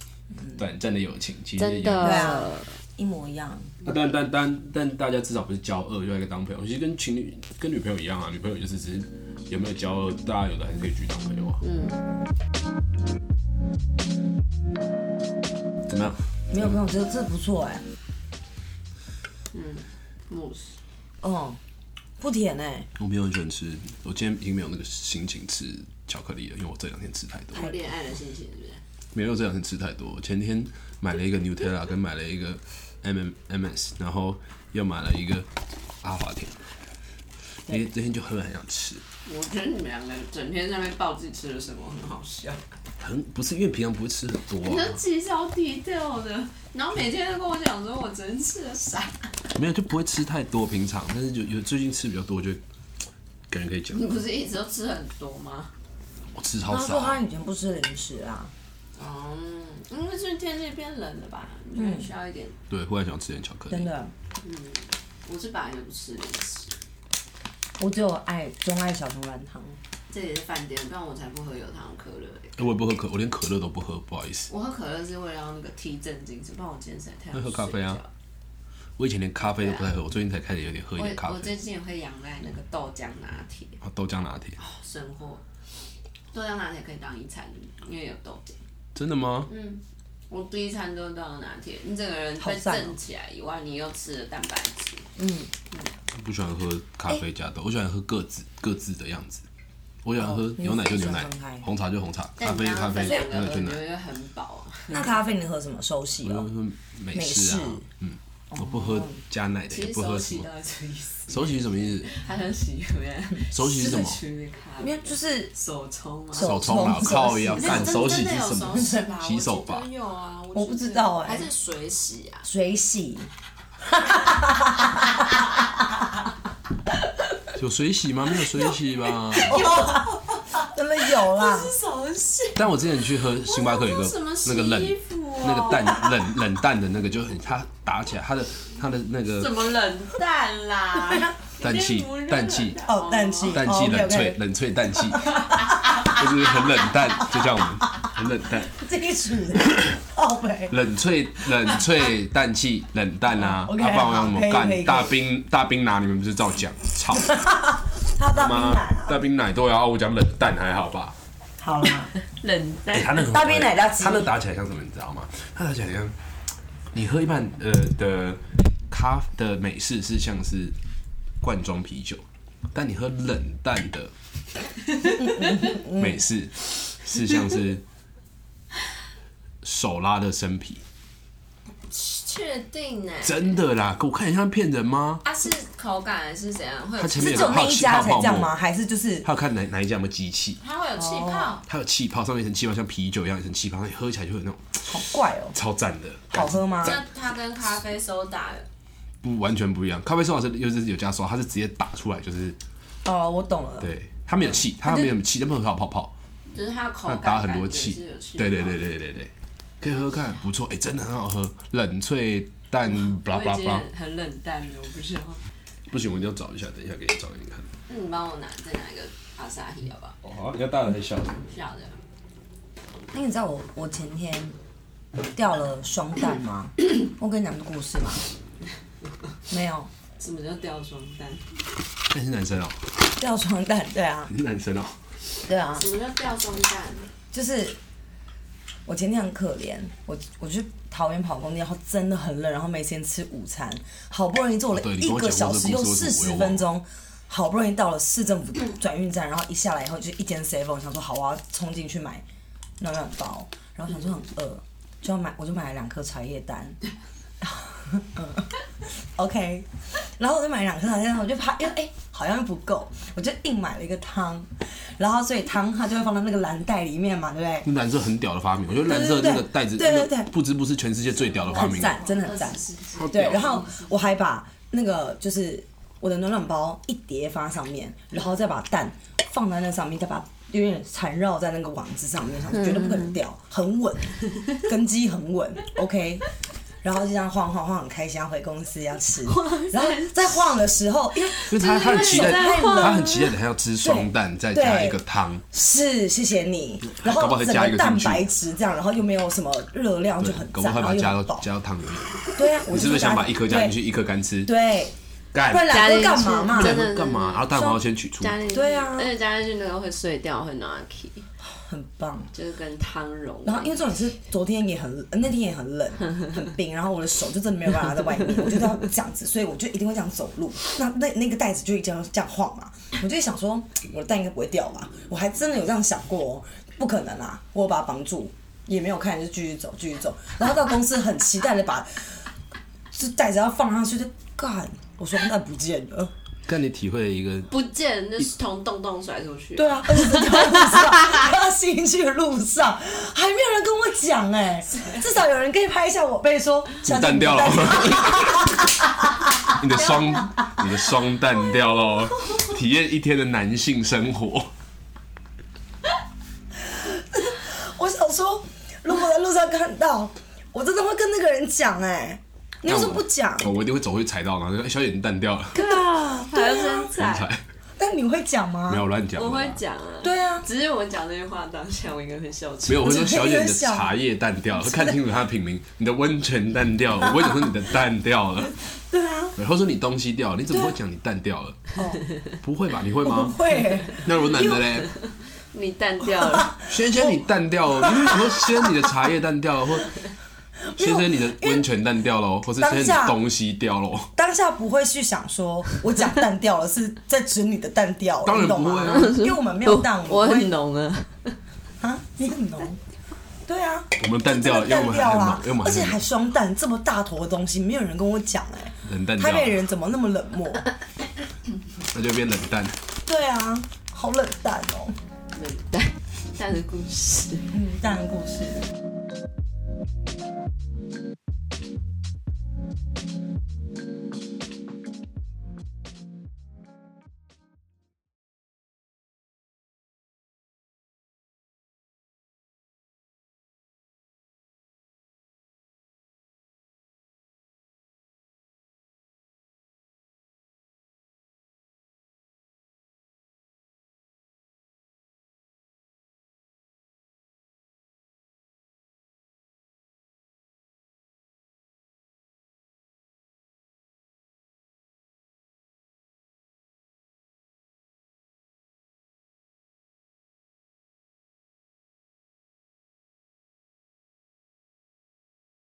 Speaker 3: 短暂的友情，其实
Speaker 2: 真
Speaker 3: 一样
Speaker 4: 对啊
Speaker 2: 的，
Speaker 4: 一模一样。
Speaker 3: 那但但但但大家至少不是交恶，就一个当朋友，其实跟情侣跟女朋友一样啊，女朋友就是只是有没有交恶，大家有的还是可以继续当朋友啊。
Speaker 2: 嗯，
Speaker 3: 怎么样？
Speaker 4: 没有没有，这这不错哎、
Speaker 2: 慕斯
Speaker 4: 嗯，不甜哎、
Speaker 3: 我没有很喜欢吃，我今天已经没有那个心情吃巧克力了，因为我这两天吃太多。
Speaker 2: 有恋爱的心情是不是？
Speaker 3: 没有这两天吃太多，前天买了一个 Nutella，跟买了一个 M M S，然后又买了一个阿华田，因为这天就很很想吃，
Speaker 2: 我觉得你们两个整天在那边报自己吃了什么，很好笑。
Speaker 3: 很不是因为平常不会吃很多、
Speaker 2: 你
Speaker 3: 啊
Speaker 2: 都，极少提掉的，然后每天都跟我讲说我昨天吃了啥，
Speaker 3: 没有就不会吃太多，平常，但是有有最近吃比较多，就感觉可以讲
Speaker 2: 你，不是一直都吃很多吗？
Speaker 3: 我吃超
Speaker 4: 他说他
Speaker 3: 少，
Speaker 4: 以前不吃零食啊，
Speaker 2: 哦、因为最近天气变冷了吧，嗯你就需要一点。
Speaker 3: 对，忽然想吃点巧克
Speaker 4: 真
Speaker 3: 力，
Speaker 4: 的，
Speaker 2: 我是本来就不吃零食，
Speaker 4: 我只有爱钟爱小熊软糖。
Speaker 2: 这里是饭店，不然我才不喝有糖可乐、欸。
Speaker 3: 哎我也不喝可，我连可乐都不喝，不好意思，
Speaker 2: 我喝可乐是为了要那个提振精神，不然我今天实在太想
Speaker 3: 那喝咖啡
Speaker 2: 睡
Speaker 3: 啊
Speaker 2: 觉了
Speaker 3: 我以前连咖啡都不太喝，我最近才开始有点喝一点咖
Speaker 2: 我我
Speaker 3: 啡
Speaker 2: 最，近也会仰赖那个豆浆拿铁
Speaker 3: 啊豆浆拿铁，
Speaker 2: 生活，豆浆拿铁可以当一餐，因为有豆浆。
Speaker 3: 真的吗？
Speaker 2: 嗯我第一餐都是到拿铁，你整个人
Speaker 4: 好
Speaker 2: 被
Speaker 4: 赞哦
Speaker 2: 震起来以外，你又吃了蛋白质。
Speaker 4: 嗯
Speaker 3: 不喜欢喝咖啡加豆，我喜欢喝各自各自的样子。我喜欢喝
Speaker 4: 哦
Speaker 3: 牛奶就牛奶
Speaker 4: 你喜欢分开，
Speaker 3: 红茶就红茶，咖
Speaker 2: 但
Speaker 3: 啡
Speaker 2: 你
Speaker 3: 就
Speaker 2: 刚
Speaker 3: 咖
Speaker 2: 刚分
Speaker 3: 啡，
Speaker 2: 两
Speaker 3: 牛
Speaker 2: 个
Speaker 3: 奶
Speaker 2: 我觉
Speaker 3: 就奶。
Speaker 2: 得很饱啊。
Speaker 4: 那咖啡你喝什么？手洗
Speaker 3: 我
Speaker 4: 哦
Speaker 3: 都。喝美式
Speaker 4: 美
Speaker 3: 啊
Speaker 4: 式，
Speaker 3: 嗯，我不喝加奶
Speaker 2: 哦
Speaker 3: 的，
Speaker 2: 其
Speaker 3: 也
Speaker 2: 实
Speaker 3: 不喝
Speaker 2: 手
Speaker 3: 什
Speaker 2: 洗
Speaker 3: 么
Speaker 2: 到。底什么意思？
Speaker 3: 手洗是什么意思？
Speaker 2: 他想洗里 面，
Speaker 3: 手洗是什么
Speaker 2: 区别咖啡
Speaker 4: 因为就是
Speaker 2: 手冲吗？
Speaker 4: 手
Speaker 3: 手 冲啊，
Speaker 4: 手洗
Speaker 3: 靠呀，
Speaker 4: 手
Speaker 2: 没有
Speaker 3: 干
Speaker 2: 真
Speaker 3: 手洗
Speaker 2: 真的有
Speaker 3: 是什
Speaker 2: 手洗
Speaker 3: 么？
Speaker 2: 吧？
Speaker 3: 洗手吧
Speaker 2: 我记，得有啊，我
Speaker 4: 我不知道哎
Speaker 2: 还是水洗啊？
Speaker 4: 水洗，
Speaker 3: 有水洗吗？没有水 洗吧。哦
Speaker 4: 啊真的有啦。
Speaker 2: 手洗。
Speaker 3: 但我之前去喝星巴克有一
Speaker 2: 我
Speaker 3: 个
Speaker 2: 怎么洗
Speaker 3: 那个冷
Speaker 2: 衣服哦
Speaker 3: 那个蛋冷冷蛋的那个就很，它打起来，它的它的那
Speaker 2: 怎
Speaker 3: 个
Speaker 2: 么冷淡 啦？
Speaker 3: 氮气
Speaker 2: 你不热
Speaker 3: 氮气
Speaker 2: 的
Speaker 4: 哦氮气
Speaker 3: 氮气
Speaker 4: 哦
Speaker 3: 冷萃
Speaker 4: ，OK，OK
Speaker 3: 冷萃氮气，就是很冷淡，就像我们很冷淡。
Speaker 4: 基础的， 哦喂，
Speaker 3: 冷萃冷萃氮气冷淡啊，
Speaker 4: 哦 OK，
Speaker 3: 要不然我要怎么
Speaker 4: 好可以可以可
Speaker 3: 干？
Speaker 4: 以
Speaker 3: 大冰大冰拿你们不是照讲？操
Speaker 4: 他 大冰
Speaker 3: 妈
Speaker 4: 奶啊，，
Speaker 3: 大冰奶都要我讲冷淡还好吧？
Speaker 4: 好啦，
Speaker 2: 冷
Speaker 3: 哎，
Speaker 2: 淡。
Speaker 3: 他那个
Speaker 4: 大冰奶大鸡
Speaker 3: 他那打起来像什么？你知道吗？他打起来像你喝一半呃的咖的美式是像是罐装啤酒，但你喝冷淡的美式是像是手拉的生啤。
Speaker 2: 确定哎？
Speaker 3: 真的啦，我看你像骗人吗？
Speaker 2: 它是口感还是怎样？会有
Speaker 3: 它前
Speaker 4: 是
Speaker 3: 面
Speaker 4: 只
Speaker 3: 有
Speaker 4: 有
Speaker 3: 个
Speaker 4: 那
Speaker 3: 泡
Speaker 4: 一
Speaker 3: 气
Speaker 4: 家
Speaker 3: 泡
Speaker 4: 才
Speaker 3: 泡
Speaker 4: 这样吗？
Speaker 3: 沫，
Speaker 4: 还是就是
Speaker 3: 还有看哪哪一家有没有机器，
Speaker 2: 它会有气泡。
Speaker 3: 它有气泡，上面一层气泡像啤酒一样一层气泡，那你喝起来就会有那种
Speaker 4: 好怪哦？
Speaker 3: 超赞的，
Speaker 4: 好喝吗？
Speaker 2: 那它跟咖啡手打
Speaker 3: 不完全不一样。咖啡豆是又是有加刷，它是直接打出来，就是
Speaker 4: 哦，我懂了。
Speaker 3: 对，它没有气，它没有气，它没有泡泡泡，
Speaker 2: 就是它
Speaker 4: 哦
Speaker 2: 口
Speaker 3: 它
Speaker 2: 感
Speaker 3: 打很多
Speaker 2: 感觉是有气
Speaker 3: 气。
Speaker 2: 泡
Speaker 3: 对对对，对对对，可以喝喝看，不错，哎，真的很好喝，冷萃蛋，巴拉
Speaker 2: 我
Speaker 4: 哦
Speaker 3: 巴
Speaker 2: 已经
Speaker 3: 拉。
Speaker 2: 很很冷淡了，我不知道。
Speaker 3: 不行，我一定要找一下，等一下给你找给你看。
Speaker 2: 那你帮我拿再拿一个阿萨希好不好？
Speaker 3: 哦，
Speaker 4: 啊
Speaker 3: 好，要大的还是小的？
Speaker 2: 小的，
Speaker 4: 那你知道我我前天掉了双蛋 吗？我跟你讲个故事吗？没有，
Speaker 2: 什么叫掉双蛋？
Speaker 3: 那你是男生哦、
Speaker 4: 掉双蛋，对啊，
Speaker 3: 你是男生哦、
Speaker 4: 对啊，
Speaker 2: 什么叫掉双蛋？
Speaker 4: 就是我前天很可怜，我我去桃园跑公地，然后真的很冷，然后没时间吃午餐，好不容易坐了
Speaker 3: 哦对你
Speaker 4: 一
Speaker 3: 跟我
Speaker 4: 个
Speaker 3: 讲过
Speaker 4: 小
Speaker 3: 这
Speaker 4: 时
Speaker 3: 个
Speaker 4: 又
Speaker 3: 故事
Speaker 4: 四
Speaker 3: 我有
Speaker 4: 十
Speaker 3: 忘
Speaker 4: 分钟。好不容易到了市政府转运站，然后一下来以后就一间 seven，想说好，我要冲进去买暖暖包，然后想说很饿，就要买，我就买了两颗茶叶蛋。OK，然后我就买两颗糖，然后我就怕，因为哎、好像不够，我就硬买了一个汤，然后所以汤它就会放到那个蓝袋里面嘛，对不对？
Speaker 3: 蓝色很屌的发明，我觉得蓝色那个袋子，
Speaker 4: 哦对对对对
Speaker 3: 那个不知不是全世界最屌的发
Speaker 4: 很
Speaker 3: 明。哦
Speaker 4: 赞，真的很赞。
Speaker 3: 好
Speaker 4: 对
Speaker 3: 屌，
Speaker 4: 然后我还把那个就是我的暖暖包一叠放在上面，然后再把蛋放在那上面，再把有点缠绕在那个网子上面，上
Speaker 2: 嗯
Speaker 4: 绝对不可能掉，很稳，根基很稳，OK。然后就这样晃晃晃，很开心，要回公司要 吃。然后在晃的时候，因为
Speaker 3: 因为他他很期待，
Speaker 4: 太冷
Speaker 3: 他很期待的，还要吃双蛋，再加一个汤，
Speaker 4: 是，谢谢你。
Speaker 3: 搞
Speaker 4: 然后
Speaker 3: 不好再
Speaker 4: 整
Speaker 3: 加一个
Speaker 4: 蛋
Speaker 3: 进去
Speaker 4: 白质这样，然后又没有什么热哦量，就
Speaker 3: 对
Speaker 4: 很，
Speaker 3: 搞不
Speaker 4: 赞，
Speaker 3: 好
Speaker 4: 然
Speaker 3: 把
Speaker 4: 后
Speaker 3: 它
Speaker 4: 又
Speaker 3: 加到
Speaker 4: 很饱。
Speaker 3: 加到汤里面。
Speaker 4: 对啊，我
Speaker 3: 你是不是
Speaker 4: 就
Speaker 3: 想把一颗加进去，一颗干吃？
Speaker 4: 对？对，
Speaker 3: 干
Speaker 4: 不，然
Speaker 2: 加
Speaker 4: 两
Speaker 2: 进
Speaker 4: 颗
Speaker 2: 去
Speaker 4: 干嘛嘛？
Speaker 2: 真
Speaker 3: 蛋
Speaker 2: 的
Speaker 3: 会干嘛？然后蛋黄要先取出，
Speaker 2: 加进去，
Speaker 4: 对啊
Speaker 2: 而且加进去那个会碎掉，会 knocky，
Speaker 4: 很棒。
Speaker 2: 就是跟汤融。
Speaker 4: 然后因为重点是昨天也很呃那天也很冷很冰，然后我的手就真的没有办法在外面，我就要这样子，所以我就一定会这样走路。那那那个袋子就一定要这样晃嘛，我就想说我的蛋应该不会掉吧？我还真的有这样想过、哦，不可能啦，我有把它绑住，也没有看，就继续走继续走。然后到公司很期待的把这袋子要放上去，就干，我双蛋不见了。
Speaker 3: 干你体会了一个
Speaker 2: 不见，那是从洞洞甩出去。
Speaker 4: 对啊，而且在路上，要进去的路上，还没有人跟我讲哎、 至少有人可以拍一下我被说小姐
Speaker 3: 蛋
Speaker 4: 你
Speaker 3: 掉 了
Speaker 4: 蛋掉，
Speaker 3: 你的双你的双蛋掉了，哦体验一天的男性生活。
Speaker 4: 我想说，如果在路上看到，我真的会跟那个人讲哎、你为什么不讲？
Speaker 3: 哦我一定会走回踩到，然后就哎小姐你蛋掉了，
Speaker 4: 对啊，
Speaker 2: 还要
Speaker 4: 对啊
Speaker 2: 生，菜，
Speaker 3: 踩
Speaker 4: 但你会讲吗
Speaker 3: 没？有乱讲的
Speaker 2: 我
Speaker 3: 啦，
Speaker 2: 会讲啊。
Speaker 4: 对啊，
Speaker 2: 只是我讲那句话当下，我应该会笑出来。
Speaker 3: 没有，我会说小姐你的茶叶蛋掉了，会看清楚它的品名，你的温泉蛋掉了，我会讲说你的蛋掉了，
Speaker 4: 对啊，
Speaker 3: 然后说你东西掉了，你怎么会讲你蛋掉了？
Speaker 4: 哦，
Speaker 3: 不会吧？你会
Speaker 4: 我
Speaker 3: 吗？
Speaker 4: 会、欸，
Speaker 3: 那如果男的嘞，
Speaker 2: 你淡掉了，
Speaker 3: 先生你蛋掉 了，你为什么先你的茶叶蛋掉了，或先生你的温泉蛋掉了，哦或是先生你的东西掉了？哦
Speaker 4: 当下不会去想说我讲蛋掉了是在指你的蛋掉了，
Speaker 3: 当然
Speaker 4: 你懂吗
Speaker 3: 不会啊
Speaker 4: 因为我们没有蛋，
Speaker 2: 我
Speaker 4: 们不会
Speaker 2: 很浓啊。
Speaker 4: 啊，你很浓，对啊。
Speaker 3: 我们蛋掉了，因为我
Speaker 4: 蛋
Speaker 3: 们
Speaker 4: 掉
Speaker 3: 还很
Speaker 4: 啊
Speaker 3: 忙，因为我们
Speaker 4: 而且还
Speaker 3: 很
Speaker 4: 双蛋这么大坨的东西，没有人跟我讲哎、
Speaker 3: 冷淡掉
Speaker 4: 台北
Speaker 3: 了，
Speaker 4: 人怎么那么冷漠？
Speaker 3: 那就变冷淡。
Speaker 4: 对啊，好冷淡哦、
Speaker 2: 冷淡淡的故事。
Speaker 4: 嗯，淡的故事。